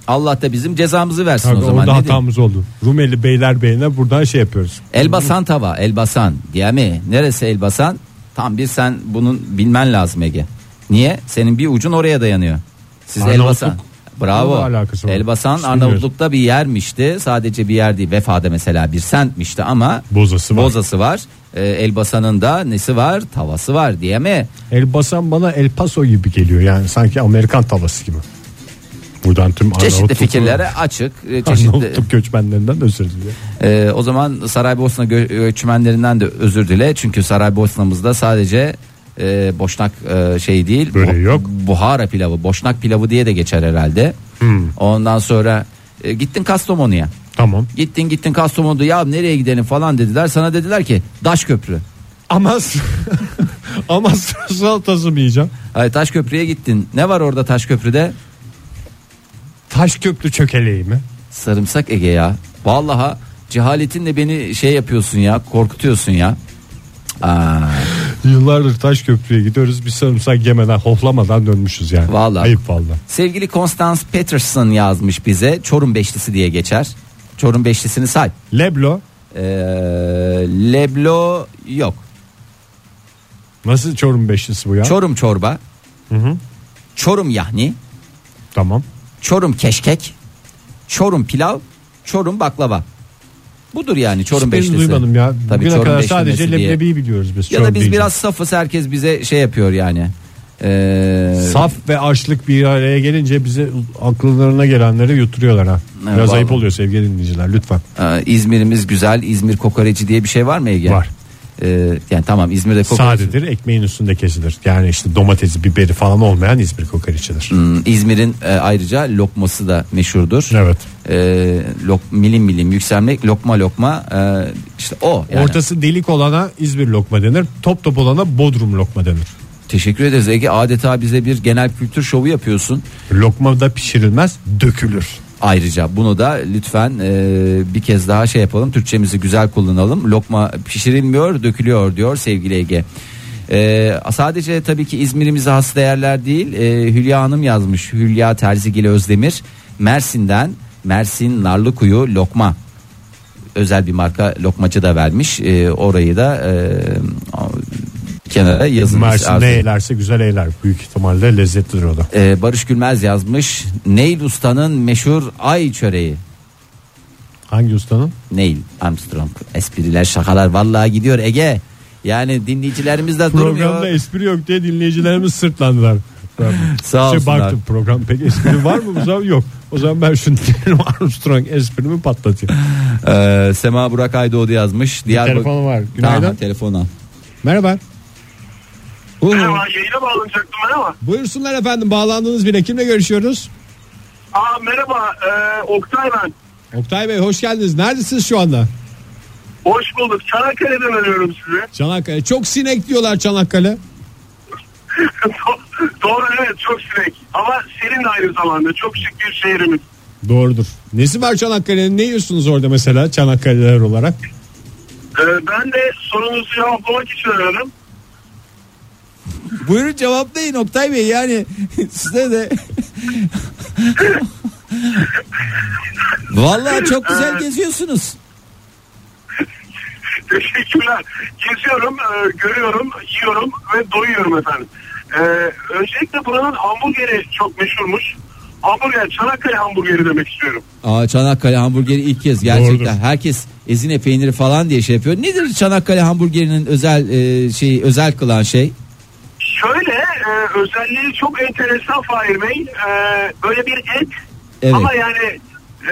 [SPEAKER 3] Allah da bizim cezamızı versin
[SPEAKER 2] Tabii
[SPEAKER 3] o zaman.
[SPEAKER 2] orada
[SPEAKER 3] ne diyeyim?
[SPEAKER 2] hatamız oldu. Rumeli beyler beyine buradan şey yapıyoruz.
[SPEAKER 3] Elbasan tava, Elbasan diye mi? Neresi Elbasan? Tam bir sen bunun bilmen lazım Ege. Niye? Senin bir ucun oraya dayanıyor. Siz
[SPEAKER 2] Arnavutluk.
[SPEAKER 3] Elbasan. Bravo.
[SPEAKER 2] Ne alakası var?
[SPEAKER 3] Elbasan
[SPEAKER 2] Hiç bilmiyorum.
[SPEAKER 3] Arnavutluk'ta bir yermişti. Sadece bir yer değil. Vefa'da mesela bir sentmişti ama
[SPEAKER 2] Bozası var.
[SPEAKER 3] bozası var. Ee, Elbasan'ın da nesi var? Tavası var diye mi?
[SPEAKER 2] El basan bana El Paso gibi geliyor. Yani sanki Amerikan tavası gibi. Buradan tüm
[SPEAKER 3] Çeşitli
[SPEAKER 2] Arnavutluk-
[SPEAKER 3] fikirlere açık. e, Çeşitli
[SPEAKER 2] Arnavutluk göçmenlerinden özür diliyorum.
[SPEAKER 3] Ee, o zaman Saraybosna gö- göçmenlerinden de özür dile. Çünkü Saraybosna'mızda sadece e, boşnak e, şey değil.
[SPEAKER 2] Böreği
[SPEAKER 3] Bu-
[SPEAKER 2] yok.
[SPEAKER 3] Buhara pilavı, boşnak pilavı diye de geçer herhalde. Ondan sonra e, gittin Kastamonu'ya.
[SPEAKER 2] Tamam.
[SPEAKER 3] Gittin gittin Kastamonu'da ya nereye gidelim falan dediler. Sana dediler ki Daşköprü.
[SPEAKER 2] Amasya Amasya salatası mı yiyeceğim?
[SPEAKER 3] Hayır Taşköprü'ye gittin. Ne var orada Taşköprü'de?
[SPEAKER 2] Taş köprü çökeleği mi?
[SPEAKER 3] Sarımsak Ege ya. Vallaha cehaletinle beni şey yapıyorsun ya, korkutuyorsun ya. Aa,
[SPEAKER 2] Yıllardır taş köprüye gidiyoruz. Bir sarımsak yemeden hoplamadan dönmüşüz yani.
[SPEAKER 3] Vallahi.
[SPEAKER 2] Ayıp valla.
[SPEAKER 3] sevgili Constance Peterson yazmış bize. Çorum Beşlisi diye geçer. Çorum Beşlisi'ni say.
[SPEAKER 2] Leblo
[SPEAKER 3] Ee, leblo yok.
[SPEAKER 2] nasıl Çorum beşlisi bu ya?
[SPEAKER 3] Çorum çorba. Çorum yahni.
[SPEAKER 2] tamam.
[SPEAKER 3] Çorum keşkek. Çorum pilav. Çorum baklava. Budur yani Çorum
[SPEAKER 2] Hiçbirini
[SPEAKER 3] Beşlisi.
[SPEAKER 2] duymadım ya.
[SPEAKER 3] Tabii
[SPEAKER 2] Bugüne
[SPEAKER 3] Çorum
[SPEAKER 2] kadar
[SPEAKER 3] Beşlisi
[SPEAKER 2] sadece
[SPEAKER 3] diye.
[SPEAKER 2] leblebiyi biliyoruz biz.
[SPEAKER 3] Ya
[SPEAKER 2] Çorum
[SPEAKER 3] da biz
[SPEAKER 2] deyince.
[SPEAKER 3] biraz safız herkes bize şey yapıyor yani. Ee,
[SPEAKER 2] Saf ve açlık bir araya gelince bize akıllarına gelenleri yuturuyorlar ha. Biraz
[SPEAKER 3] vallahi.
[SPEAKER 2] ayıp oluyor sevgili dinleyiciler lütfen.
[SPEAKER 3] e, İzmir'imiz güzel. İzmir kokoreci diye bir şey var mı Ege?
[SPEAKER 2] Var.
[SPEAKER 3] Ee, yani tamam İzmir'de kokoreç.
[SPEAKER 2] Sadedir ekmeğin üstünde kesilir. Yani işte domatesi biberi falan olmayan İzmir kokoreçidir.
[SPEAKER 3] Hmm, İzmir'in e, ayrıca lokması da meşhurdur.
[SPEAKER 2] Evet.
[SPEAKER 3] Ee, lok, milim milim yükselmek lokma lokma e, işte o yani.
[SPEAKER 2] Ortası delik olana İzmir lokma denir. Top top olana Bodrum lokma denir.
[SPEAKER 3] Teşekkür ederiz Ege. Adeta bize bir genel kültür şovu yapıyorsun.
[SPEAKER 2] Lokma da pişirilmez dökülür.
[SPEAKER 3] Ayrıca bunu da lütfen e, bir kez daha şey yapalım. Türkçemizi güzel kullanalım. Lokma pişirilmiyor, dökülüyor diyor sevgili Ege. E, sadece tabii ki İzmir'imize has değerler değil. E, Hülya Hanım yazmış. Hülya Terzigil Özdemir Mersin'den Mersin Narlıkuyu lokma özel bir marka lokmacı da vermiş. E, orayı da e, kenara yazın.
[SPEAKER 2] Mersin
[SPEAKER 3] Arzu-
[SPEAKER 2] ne eylerse güzel eyler. Büyük ihtimalle lezzetlidir o da.
[SPEAKER 3] E, Barış Gülmez yazmış. Neil Usta'nın meşhur ay çöreği.
[SPEAKER 2] Hangi ustanın?
[SPEAKER 3] Neil Armstrong espriler şakalar vallahi gidiyor Ege. Yani dinleyicilerimiz de
[SPEAKER 2] Programda
[SPEAKER 3] durmuyor.
[SPEAKER 2] espri yok diye dinleyicilerimiz sırtlandılar. Ben
[SPEAKER 3] Sağ
[SPEAKER 2] şey
[SPEAKER 3] olsunlar.
[SPEAKER 2] baktım program pek espri var mı bu zaman yok. O zaman ben şunu Neil Armstrong esprimi patlatayım.
[SPEAKER 3] Ee, Sema Burak Aydoğdu yazmış. Diyarbak-
[SPEAKER 2] telefonu var. Günaydın.
[SPEAKER 3] Tamam, telefonu al.
[SPEAKER 2] Merhaba. Uhu.
[SPEAKER 5] Merhaba yayına bağlanacaktım ben ama.
[SPEAKER 2] Buyursunlar efendim bağlandınız bile kimle görüşüyoruz?
[SPEAKER 5] Aa, merhaba e, Oktay ben.
[SPEAKER 2] Oktay Bey hoş geldiniz. Neredesiniz şu anda?
[SPEAKER 5] Hoş bulduk. Çanakkale'den arıyorum sizi.
[SPEAKER 2] Çanakkale. Çok sinek diyorlar Çanakkale.
[SPEAKER 5] Doğru evet çok sinek. Ama serin de aynı zamanda. Çok şık bir şehrimiz.
[SPEAKER 2] Doğrudur. Nesi var Çanakkale'nin? Ne yiyorsunuz orada mesela Çanakkale'ler olarak?
[SPEAKER 5] E, ben de sorunuzu cevaplamak için arıyorum.
[SPEAKER 3] Buyurun cevaplayın Oktay Bey yani size de Vallahi çok güzel geziyorsunuz.
[SPEAKER 5] Teşekkürler. Geziyorum, e, görüyorum, yiyorum ve doyuyorum efendim. E, öncelikle buranın hamburgeri çok meşhurmuş. Hamburger, Çanakkale hamburgeri demek istiyorum.
[SPEAKER 3] Aa, Çanakkale hamburgeri ilk kez gerçekten
[SPEAKER 2] Doğrudur.
[SPEAKER 3] herkes ezine peyniri falan diye şey yapıyor. Nedir Çanakkale hamburgerinin özel e, şey özel kılan şey?
[SPEAKER 5] Şöyle e, özelliği çok enteresan Fahir Bey. E, böyle bir et
[SPEAKER 3] Evet.
[SPEAKER 5] ama yani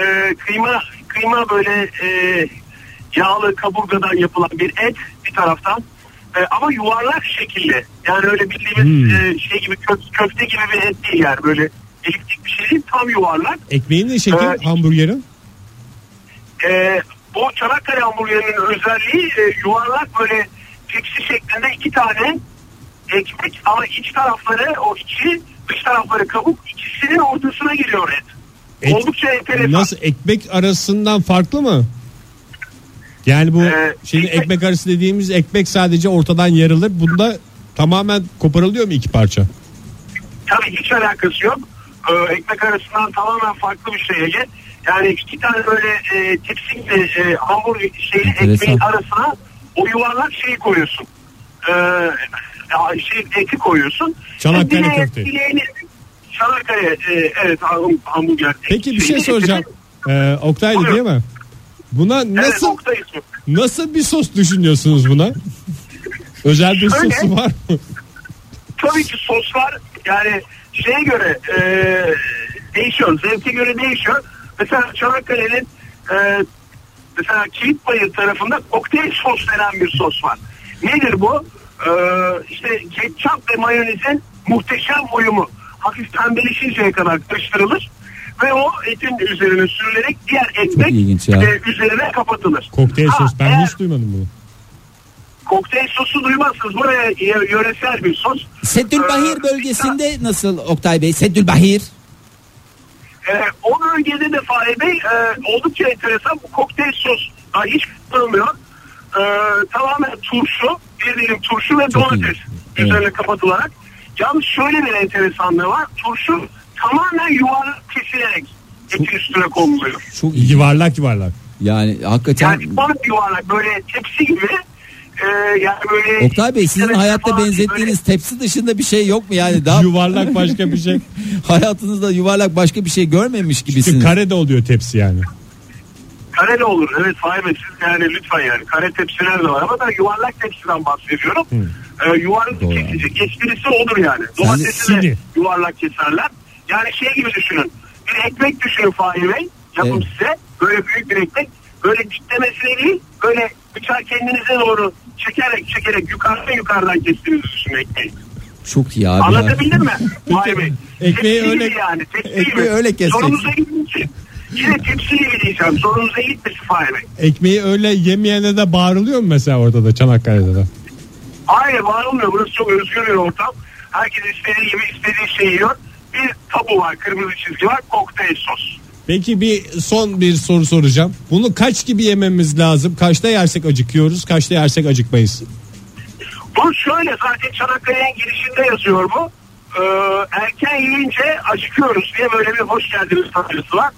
[SPEAKER 5] e, kıyma kıyma böyle e, yağlı kaburgadan yapılan bir et bir taraftan. E, ama yuvarlak şekilli. Yani öyle bildiğimiz e, şey gibi kö- köfte gibi bir et değil yani böyle eliptik bir şey değil tam yuvarlak.
[SPEAKER 2] Ekmeğin ne şekil
[SPEAKER 5] Evet.
[SPEAKER 2] hamburgerin?
[SPEAKER 5] E, bu Çanakkale hamburgerinin özelliği e, yuvarlak böyle tepsi şeklinde iki tane ekmek ama iç tarafları o içi dış tarafları kabuk ikisinin ortasına giriyor et.
[SPEAKER 2] Et-
[SPEAKER 5] Oldukça enteresan.
[SPEAKER 2] Nasıl ekmek arasından farklı mı? Yani bu
[SPEAKER 5] Ee,
[SPEAKER 2] şimdi
[SPEAKER 5] ekmek-
[SPEAKER 2] ekmek arası dediğimiz ekmek sadece ortadan yarılır. Bunda tamamen koparılıyor mu iki parça?
[SPEAKER 5] Tabii hiç alakası yok. Ee, ekmek arasından tamamen farklı bir şey Ege. Yani iki tane böyle e, tepsi gibi e, hamburger şeyi
[SPEAKER 3] Enteresan.
[SPEAKER 5] ekmeğin arasına o yuvarlak şeyi koyuyorsun. Ee, ya şey, eti koyuyorsun. Ee,
[SPEAKER 2] Çanakkale
[SPEAKER 5] Dileğe-
[SPEAKER 2] köfte.
[SPEAKER 5] dileğini- Çanakkale e, evet ham- hamburger.
[SPEAKER 2] Peki bir şey
[SPEAKER 5] şeyini-
[SPEAKER 2] soracağım. Ee, Oktay'dı
[SPEAKER 5] Buyurun.
[SPEAKER 2] değil mi? Buna
[SPEAKER 5] Evet,
[SPEAKER 2] nasıl
[SPEAKER 5] nokta ismi.
[SPEAKER 2] nasıl bir sos düşünüyorsunuz buna? Özel bir
[SPEAKER 5] Şöyle.
[SPEAKER 2] sosu var mı?
[SPEAKER 5] Tabii ki soslar yani şeye göre e, değişiyor. Zevke göre değişiyor. Mesela Çanakkale'nin e, mesela Kilitbayır tarafında kokteyl sos denen bir sos var. Nedir bu? e, işte ketçap ve mayonezin muhteşem uyumu hafif pembeleşinceye kadar karıştırılır ve o etin üzerine sürülerek diğer ekmek
[SPEAKER 3] ilginç ya.
[SPEAKER 5] e, üzerine kapatılır.
[SPEAKER 6] Kokteyl
[SPEAKER 5] Ha,
[SPEAKER 6] sos. Ben
[SPEAKER 5] eğer
[SPEAKER 6] hiç duymadım bunu.
[SPEAKER 5] kokteyl sosu duymazsınız. Buraya y- yöresel bir sos.
[SPEAKER 3] Seddülbahir
[SPEAKER 5] Ee,
[SPEAKER 3] bölgesinde nasıl Oktay Bey? Seddülbahir.
[SPEAKER 5] E, o bölgede de Fahri Bey e, oldukça enteresan bu kokteyl sos daha hiç kullanılmıyor. E, tamamen turşu, bir dilim turşu ve domates
[SPEAKER 3] iyi.
[SPEAKER 5] üzerine kapatılarak. Yalnız şöyle bir enteresanlığı var. Turşu tamamen yuvarlak kesilerek etin üstüne konuluyor.
[SPEAKER 3] Çok
[SPEAKER 6] Yuvarlak yuvarlak.
[SPEAKER 3] Yani hakikaten
[SPEAKER 5] Yani balık yuvarlak böyle tepsi gibi. E, yani böyle
[SPEAKER 3] Oktay Bey sizin
[SPEAKER 5] Evet,
[SPEAKER 3] hayatta
[SPEAKER 5] falan
[SPEAKER 3] benzettiğiniz tepsi dışında bir şey yok mu yani? Daha
[SPEAKER 6] Yuvarlak başka bir şey.
[SPEAKER 3] hayatınızda yuvarlak başka bir şey görmemiş
[SPEAKER 6] Çünkü
[SPEAKER 3] gibisiniz.
[SPEAKER 6] kare de oluyor tepsi yani.
[SPEAKER 5] Kareli olur. Evet Fahim Bey, siz yani lütfen yani kare tepsiler de var ama ben yuvarlak tepsiden bahsediyorum. Ee, yuvarlak
[SPEAKER 3] Doğru
[SPEAKER 5] kesilecek. Esprisi olur yani. Domatesi
[SPEAKER 6] sili.
[SPEAKER 5] de yuvarlak keserler. Yani şey gibi düşünün. Bir ekmek düşünün Fahim Bey. Yapım
[SPEAKER 3] Evet.
[SPEAKER 5] size. Böyle büyük bir ekmek. Böyle diklemesine değil. Böyle bıçağı kendinize doğru çekerek çekerek yukarıdan yukarıdan kestiğinizi düşünün ekmeği.
[SPEAKER 3] Çok iyi abi. ya.
[SPEAKER 5] Anlatabildim mi? Vay be.
[SPEAKER 6] Ekmeği
[SPEAKER 5] Tepsi
[SPEAKER 6] öyle-
[SPEAKER 5] gibi yani. Tepsi
[SPEAKER 3] ekmeği
[SPEAKER 5] gibi.
[SPEAKER 3] öyle keseceksin.
[SPEAKER 5] Zorunuza gitmesin. Yine tepsi gibi diyeceğim. Zorunuza gitmesin Fahim Bey.
[SPEAKER 6] Ekmeği öyle yemeyene de bağırılıyor mu mesela orada da Çanakkale'de de?
[SPEAKER 5] Hayır bağırılmıyor. Burası çok özgür bir ortam. Herkes istediği gibi istediği şeyi yiyor. Bir tabu var, kırmızı çizgi var, kokteyl sos.
[SPEAKER 6] Peki bir son bir soru soracağım. Bunu kaç gibi yememiz lazım? Kaçta yersek acıkıyoruz? Kaçta yersek acıkmayız?
[SPEAKER 5] Bu şöyle zaten Çanakkale'nin girişinde yazıyor bu. Ee, erken yiyince acıkıyoruz diye böyle bir hoş geldiniz tanrısı var.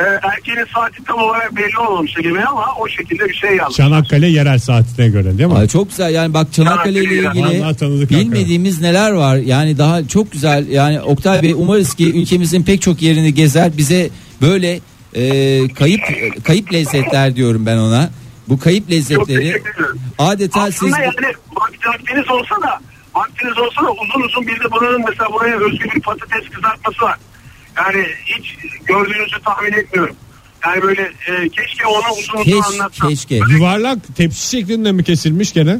[SPEAKER 5] Ee, erkenin saati tam olarak belli olmamış gibi ama o şekilde bir şey yazmış.
[SPEAKER 6] Çanakkale yerel saatine göre değil mi?
[SPEAKER 3] Ay çok güzel yani bak Çanakkale ile
[SPEAKER 5] Vallahi
[SPEAKER 3] ilgili
[SPEAKER 6] tanıdık
[SPEAKER 3] bilmediğimiz neler var yani daha çok güzel yani Oktay Bey umarız ki ülkemizin pek çok yerini gezer bize böyle e, kayıp kayıp lezzetler diyorum ben ona bu kayıp
[SPEAKER 5] Çok
[SPEAKER 3] lezzetleri
[SPEAKER 5] teşekkür ederim.
[SPEAKER 3] adeta siz
[SPEAKER 5] Aslında yani vakt- vaktiniz olsa da vaktiniz olsa da uzun uzun bir de buranın mesela buraya özgü bir patates kızartması var. Yani hiç gördüğünüzü tahmin etmiyorum. Yani böyle e, keşke onu uzun uzun
[SPEAKER 3] Keş-
[SPEAKER 5] anlatsam.
[SPEAKER 3] keşke.
[SPEAKER 6] Yuvarlak tepsi şeklinde mi kesilmiş gene?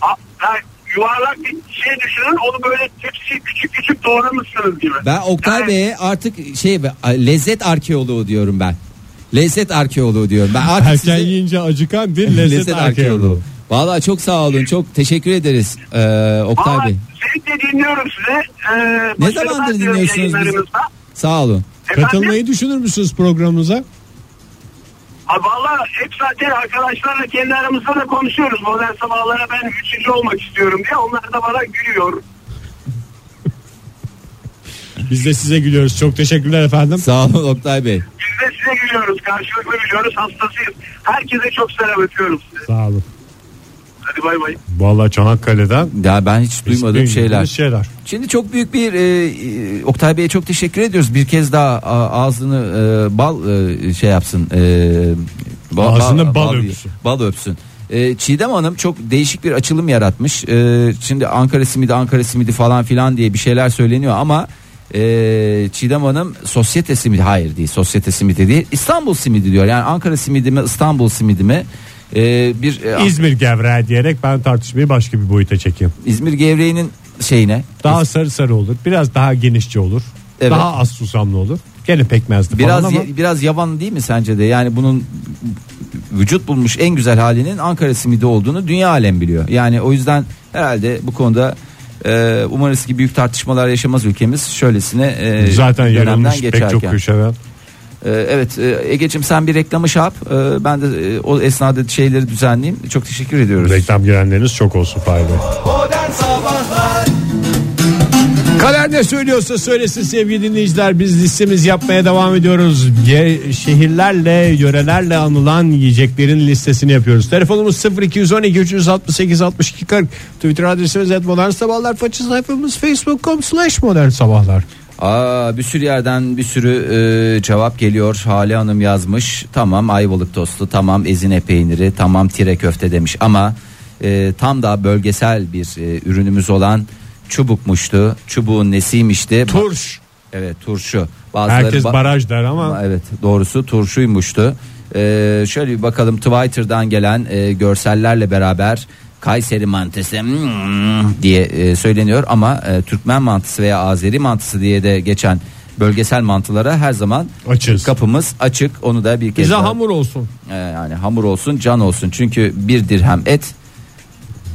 [SPEAKER 5] A- yani yuvarlak bir şey düşünün onu böyle tepsi küçük küçük doğramışsınız gibi.
[SPEAKER 3] ben Oktay
[SPEAKER 5] Yani
[SPEAKER 3] Bey'e artık şey lezzet arkeoloğu diyorum ben lezzet arkeoloğu diyorum ben artık
[SPEAKER 6] Erken
[SPEAKER 3] size-
[SPEAKER 6] yiyince acıkan bir lezzet,
[SPEAKER 3] lezzet arkeoloğu Vallahi çok sağ ololun çok teşekkür ederiz e, Oktay
[SPEAKER 5] Valla
[SPEAKER 3] Bey
[SPEAKER 5] zevkle dinliyorum size. Ee,
[SPEAKER 3] ne
[SPEAKER 5] başarılar
[SPEAKER 3] zamandır
[SPEAKER 5] diliyorum
[SPEAKER 3] dinliyorsunuz bizi
[SPEAKER 5] yayınlarınızda.
[SPEAKER 3] sağ olun
[SPEAKER 5] Efendim?
[SPEAKER 6] Katılmayı düşünür müsünüz programımıza?
[SPEAKER 5] Ha, Valla hep zaten arkadaşlarla kendi aramızda da konuşuyoruz. Modern sabahlara ben üçüncü olmak istiyorum diye. Onlar da bana gülüyor.
[SPEAKER 6] Biz de size gülüyoruz. Çok teşekkürler efendim.
[SPEAKER 3] sağ olun Oktay Bey
[SPEAKER 5] Biz de size gülüyoruz. Karşılıklı gülüyoruz. Hastasıyız. Herkese çok selam öpüyorum size.
[SPEAKER 6] Sağ olun.
[SPEAKER 5] Hadi bay bay.
[SPEAKER 2] Vallahi Çanakkale'den
[SPEAKER 3] Ya ben hiç duymadığım
[SPEAKER 2] duymadığımız
[SPEAKER 3] şeyler.
[SPEAKER 2] şeyler.
[SPEAKER 3] Şimdi çok büyük bir e, e, Oktay Bey'e çok teşekkür ediyoruz. Bir kez daha a- ağzını e, bal e, şey yapsın. E, ba-
[SPEAKER 6] Ağzını bal öpsün.
[SPEAKER 3] Bal öpsün. E, Çiğdem Hanım çok değişik bir açılım yaratmış. E, şimdi Ankara simidi Ankara simidi falan filan diye bir şeyler söyleniyor ama e, Çiğdem Hanım sosyete simidi hayır değil sosyete simidi değil İstanbul simidi diyor. Yani Ankara simidi mi İstanbul simidi mi? E, bir e,
[SPEAKER 2] İzmir gevreği diyerek ben tartışmayı başka bir boyuta çekeyim.
[SPEAKER 3] İzmir gevreğinin şeyine
[SPEAKER 2] Daha sarı sarı olur. Biraz daha genişçe olur.
[SPEAKER 3] Evet.
[SPEAKER 2] Daha az susamlı olur. Gene pekmezli
[SPEAKER 3] Biraz
[SPEAKER 2] falan ama
[SPEAKER 3] ya- biraz yavan değil mi sence de? Yani bunun vücut bulmuş en güzel halinin Ankara simidi olduğunu dünya alem biliyor. Yani o yüzden herhalde bu konuda e, umarız ki büyük tartışmalar yaşamaz ülkemiz. Şöylesine e,
[SPEAKER 2] zaten
[SPEAKER 3] dönemden
[SPEAKER 2] yarılmış pek çok köşeden.
[SPEAKER 3] E, evet e, Ege'cim sen bir reklama şey yap. E, ben de e, o esnada şeyleri düzenleyeyim. Çok teşekkür ediyoruz.
[SPEAKER 2] Reklam girenleriniz çok olsun Fahri
[SPEAKER 1] Modern Sabahlar
[SPEAKER 6] Kader ne söylüyorsa söylesin sevgili dinleyiciler. Biz listemiz yapmaya devam ediyoruz. Ye- şehirlerle, yörelerle anılan yiyeceklerin listesini yapıyoruz. Telefonumuz 0212 368 62 40. Twitter adresimiz et modern sabahlar. Façı sayfamız facebook.com slash modern sabahlar.
[SPEAKER 3] Aa, bir sürü yerden bir sürü e, cevap geliyor. Hale Hanım yazmış. Tamam ayvalık tostu, tamam ezine peyniri, tamam tire köfte demiş. Ama e, tam da bölgesel bir e, ürünümüz olan çubukmuştu. Çubuğun nesiymişti? Ba-
[SPEAKER 6] Turş.
[SPEAKER 3] evet turşu. Bazıları
[SPEAKER 2] Herkes
[SPEAKER 3] ba-
[SPEAKER 2] baraj der ama
[SPEAKER 3] Evet doğrusu turşuymuştu. Ee, şöyle bir bakalım Twitter'dan gelen e, görsellerle beraber Kayseri mantısı hmm, diye e, söyleniyor ama e, Türkmen mantısı veya Azeri mantısı diye de geçen bölgesel mantılara her zaman
[SPEAKER 2] Açız.
[SPEAKER 3] kapımız açık. Onu da bir kez
[SPEAKER 2] Bize
[SPEAKER 3] daha-
[SPEAKER 2] hamur olsun.
[SPEAKER 3] e, yani hamur olsun, can olsun. Çünkü bir dirhem et,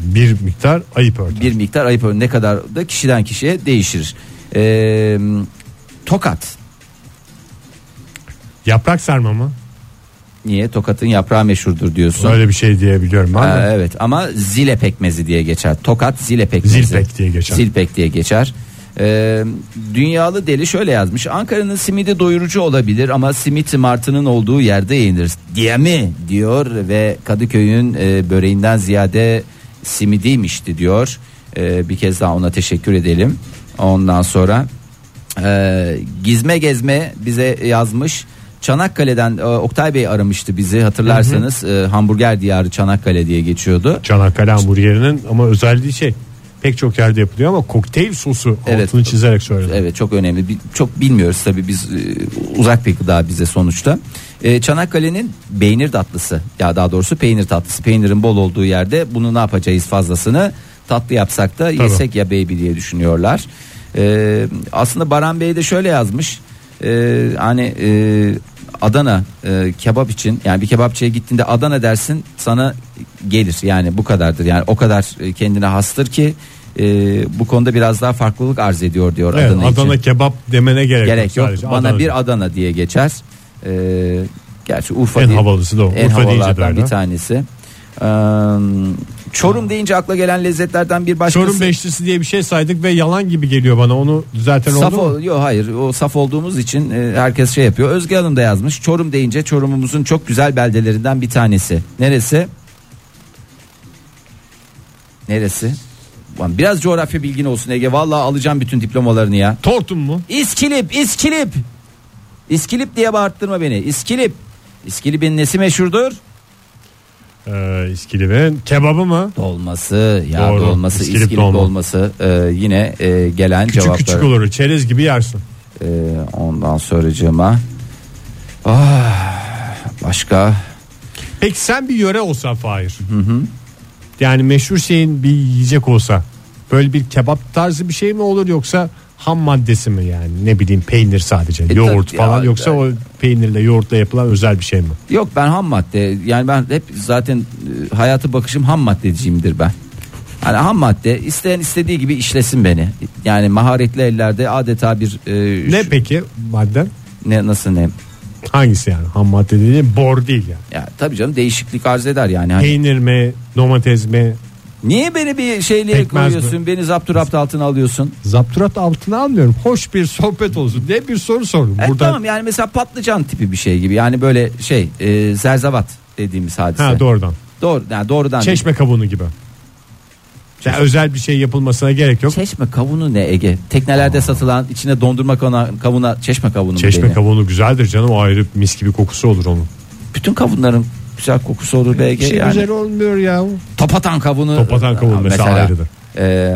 [SPEAKER 2] Bir miktar ayıp örter.
[SPEAKER 3] bir miktar ayıp ne kadar da kişiden kişiye değişir. E, tokat
[SPEAKER 2] Yaprak sarma mı?
[SPEAKER 3] Niye? Tokat'ın yaprağı meşhurdur diyorsun.
[SPEAKER 2] Öyle bir şey diyebiliyorum ben
[SPEAKER 3] Ha, e-
[SPEAKER 2] de.
[SPEAKER 3] evet ama zile pekmezi diye geçer. Tokat zile pekmezi.
[SPEAKER 2] Zilpek diye geçer.
[SPEAKER 3] Zilpek diye geçer. Ee, dünyalı deli şöyle yazmış. Ankara'nın simidi doyurucu olabilir ama simit martının olduğu yerde yenir. Diye mi? Diyor ve Kadıköy'ün e, böreğinden ziyade simidiymişti diyor. Ee, bir kez daha ona teşekkür edelim. Ondan sonra ee, gizme gezme bize yazmış. Çanakkale'den e, Oktay Bey aramıştı bizi hatırlarsanız E, hamburger diyarı Çanakkale diye geçiyordu.
[SPEAKER 2] Çanakkale hamburgerinin ama özelliği şey pek çok yerde yapılıyor ama kokteyl sosu
[SPEAKER 3] Evet.
[SPEAKER 2] altını çizerek söyledim.
[SPEAKER 3] Evet çok önemli. Bi- Çok bilmiyoruz tabii biz e, uzak bir gıda bize sonuçta. E, Çanakkale'nin peynir tatlısı ya daha doğrusu peynir tatlısı. Peynirin bol olduğu yerde bunu ne yapacağız fazlasını tatlı yapsak da yesek ya baby diye düşünüyorlar. E, aslında Baran Bey de şöyle yazmış. E, hani e, Adana e, kebap için yani bir kebapçıya gittiğinde Adana dersin sana gelir yani bu kadardır yani o kadar e, kendine hastır ki e, bu konuda biraz daha farklılık arz ediyor diyor
[SPEAKER 2] Evet,
[SPEAKER 3] Adana,
[SPEAKER 2] Adana,
[SPEAKER 3] için.
[SPEAKER 2] kebap demene gerek,
[SPEAKER 3] Gerek yok.
[SPEAKER 2] sadece
[SPEAKER 3] Bana
[SPEAKER 2] Adana.
[SPEAKER 3] bir Adana diye geçer. Ee, gerçi Urfa
[SPEAKER 2] En
[SPEAKER 3] diye-
[SPEAKER 2] havalısı da o.
[SPEAKER 3] En
[SPEAKER 2] Urfa deyince de
[SPEAKER 3] havalardan
[SPEAKER 2] öyle.
[SPEAKER 3] bir tanesi. Ee, Çorum deyince akla gelen lezzetlerden bir başkası.
[SPEAKER 2] Çorum beşlisi diye bir şey saydık ve yalan gibi geliyor bana onu zaten oldu
[SPEAKER 3] Saf
[SPEAKER 2] mu?
[SPEAKER 3] ol, yok hayır o saf olduğumuz için e, herkes şey yapıyor. Özge Hanım da yazmış. Çorum deyince Çorum'umuzun çok güzel beldelerinden bir tanesi. Neresi? Neresi? Ulan Biraz coğrafya bilgin olsun Ege. Vallahi alacağım bütün diplomalarını ya.
[SPEAKER 2] Tortum mu?
[SPEAKER 3] İskilip, İskilip. İskilip diye bağırttırma beni. İskilip. İskilip'in nesi meşhurdur?
[SPEAKER 2] Ee, İskilip'in kebabı mı?
[SPEAKER 3] Dolması, ya
[SPEAKER 2] Doğru.
[SPEAKER 3] dolması,
[SPEAKER 2] İskilip
[SPEAKER 3] İskilip,
[SPEAKER 2] dolma.
[SPEAKER 3] dolması e, yine e, gelen
[SPEAKER 2] Küçük
[SPEAKER 3] cevaplar.
[SPEAKER 2] küçük olur çerez gibi yersin.
[SPEAKER 3] Ee, ondan sonracığıma ah, başka
[SPEAKER 2] Peki sen bir yöre olsan Fahir. Yani meşhur şeyin bir yiyecek olsa böyle bir kebap tarzı bir şey mi olur yoksa ham maddesi mi yani ne bileyim peynir sadece
[SPEAKER 3] E,
[SPEAKER 2] yoğurt
[SPEAKER 3] tabii
[SPEAKER 2] falan
[SPEAKER 3] ya,
[SPEAKER 2] yoksa
[SPEAKER 3] ben-
[SPEAKER 2] o peynirle yoğurtla yapılan özel bir şey mi?
[SPEAKER 3] yok ben ham madde yani ben hep zaten e, hayatı bakışım ham maddeciyimdir ben. Hani ham madde isteyen istediği gibi işlesin beni. Yani maharetli ellerde adeta bir e,
[SPEAKER 2] Ne
[SPEAKER 3] şu-
[SPEAKER 2] peki madden?
[SPEAKER 3] ne nasıl ne
[SPEAKER 2] Hangisi yani ham madde dediğin bor değil yani.
[SPEAKER 3] Ya tabii canım değişiklik arz eder yani. Hani
[SPEAKER 2] Peynir mi domates mi
[SPEAKER 3] niye beni bir şeyliğe
[SPEAKER 2] Pekmez mi?
[SPEAKER 3] koyuyorsun? Beni zapturapt altına alıyorsun.
[SPEAKER 2] zapturat altına almıyorum. Hoş bir sohbet olsun diye bir soru sordum.
[SPEAKER 3] E,
[SPEAKER 2] Buradan
[SPEAKER 3] tamam yani mesela patlıcan tipi bir şey gibi. Yani böyle şey e, zerzevat dediğimiz hadise.
[SPEAKER 2] ha doğrudan.
[SPEAKER 3] Doğru yani doğrudan.
[SPEAKER 2] Çeşme kabuğunu gibi. Yani özel bir şey yapılmasına gerek yok.
[SPEAKER 3] Çeşme kavunu ne Ege? Teknelerde satılan içine dondurma kavuna, kavuna çeşme kavunu mu
[SPEAKER 2] Çeşme
[SPEAKER 3] deniyor?
[SPEAKER 2] kabuğunu güzeldir canım o ayrı mis gibi kokusu olur onun.
[SPEAKER 3] Bütün kavunların güzel kokusu olur be Ege. yani.
[SPEAKER 2] olmuyor ya.
[SPEAKER 3] Topatan kavunu.
[SPEAKER 2] Şey Topatan kavunu
[SPEAKER 3] Ha,
[SPEAKER 2] mesela ayrıdır.
[SPEAKER 3] e,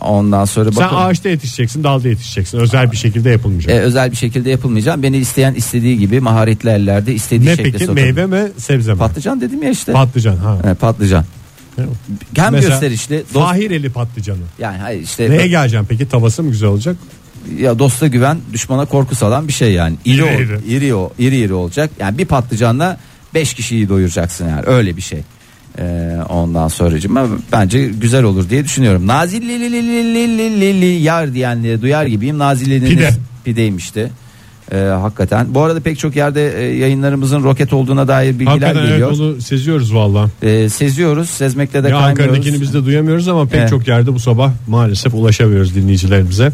[SPEAKER 3] ondan sonra
[SPEAKER 2] Sen
[SPEAKER 3] bakın.
[SPEAKER 2] ağaçta yetişeceksin dalda yetişeceksin özel bir şekilde yapılmayacak.
[SPEAKER 3] E, özel bir şekilde yapılmayacağım. Beni isteyen istediği gibi maharetli ellerde istediği
[SPEAKER 2] ne
[SPEAKER 3] şekilde
[SPEAKER 2] peki
[SPEAKER 3] sokarım.
[SPEAKER 2] meyve mi sebze mi?
[SPEAKER 3] Patlıcan dedim ya işte.
[SPEAKER 2] patlıcan ha.
[SPEAKER 3] E, patlıcan. Hem
[SPEAKER 2] Mesela
[SPEAKER 3] gösterişli. Dost,
[SPEAKER 2] Fahir eli patlıcanı.
[SPEAKER 3] yani hayır işte
[SPEAKER 2] Neye geleceğim peki tavası mı güzel olacak?
[SPEAKER 3] ya dosta güven, düşmana korku salan bir şey yani. İri
[SPEAKER 2] İri
[SPEAKER 3] ol-
[SPEAKER 2] iri.
[SPEAKER 3] iri. o, iri iri olacak. Yani bir patlıcanla 5 kişiyi doyuracaksın yani. Öyle bir şey. E, ondan sonracığıma bence güzel olur diye düşünüyorum. Nazilli li- li- li- li- li- li- li- yar diyenleri duyar gibiyim. Nazilli'nin
[SPEAKER 2] Pide.
[SPEAKER 3] pideymişti. E, hakikaten. Bu arada pek çok yerde e, yayınlarımızın roket olduğuna dair bilgiler
[SPEAKER 2] Hakikaten evet
[SPEAKER 3] geliyor.
[SPEAKER 2] onu seziyoruz valla.
[SPEAKER 3] E, seziyoruz. Sezmekte de
[SPEAKER 2] Ya
[SPEAKER 3] kaymıyoruz.
[SPEAKER 2] Ankara'dakini biz de duyamıyoruz ama pek
[SPEAKER 3] Evet.
[SPEAKER 2] çok yerde bu sabah maalesef ulaşamıyoruz dinleyicilerimize.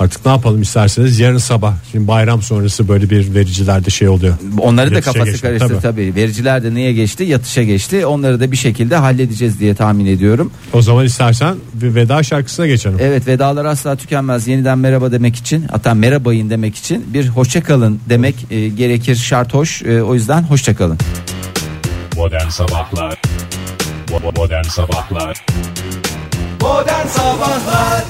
[SPEAKER 2] Artık ne yapalım isterseniz yarın sabah. Şimdi bayram sonrası böyle bir vericilerde şey oluyor.
[SPEAKER 3] Onları da
[SPEAKER 2] Yatışa
[SPEAKER 3] kafası
[SPEAKER 2] geçti,
[SPEAKER 3] karıştı
[SPEAKER 2] tabii.
[SPEAKER 3] tabii. Vericiler de neye geçti? Yatışa geçti. Onları da bir şekilde halledeceğiz diye tahmin ediyorum.
[SPEAKER 2] O zaman istersen bir veda şarkısına geçelim.
[SPEAKER 3] Evet vedalar asla tükenmez. Yeniden merhaba demek için hatta merhabayın demek için bir hoşça kalın demek e, gerekir şart hoş. E, o yüzden hoşça kalın.
[SPEAKER 7] Modern Sabahlar Bo- bo- Modern Sabahlar
[SPEAKER 1] Modern Sabahlar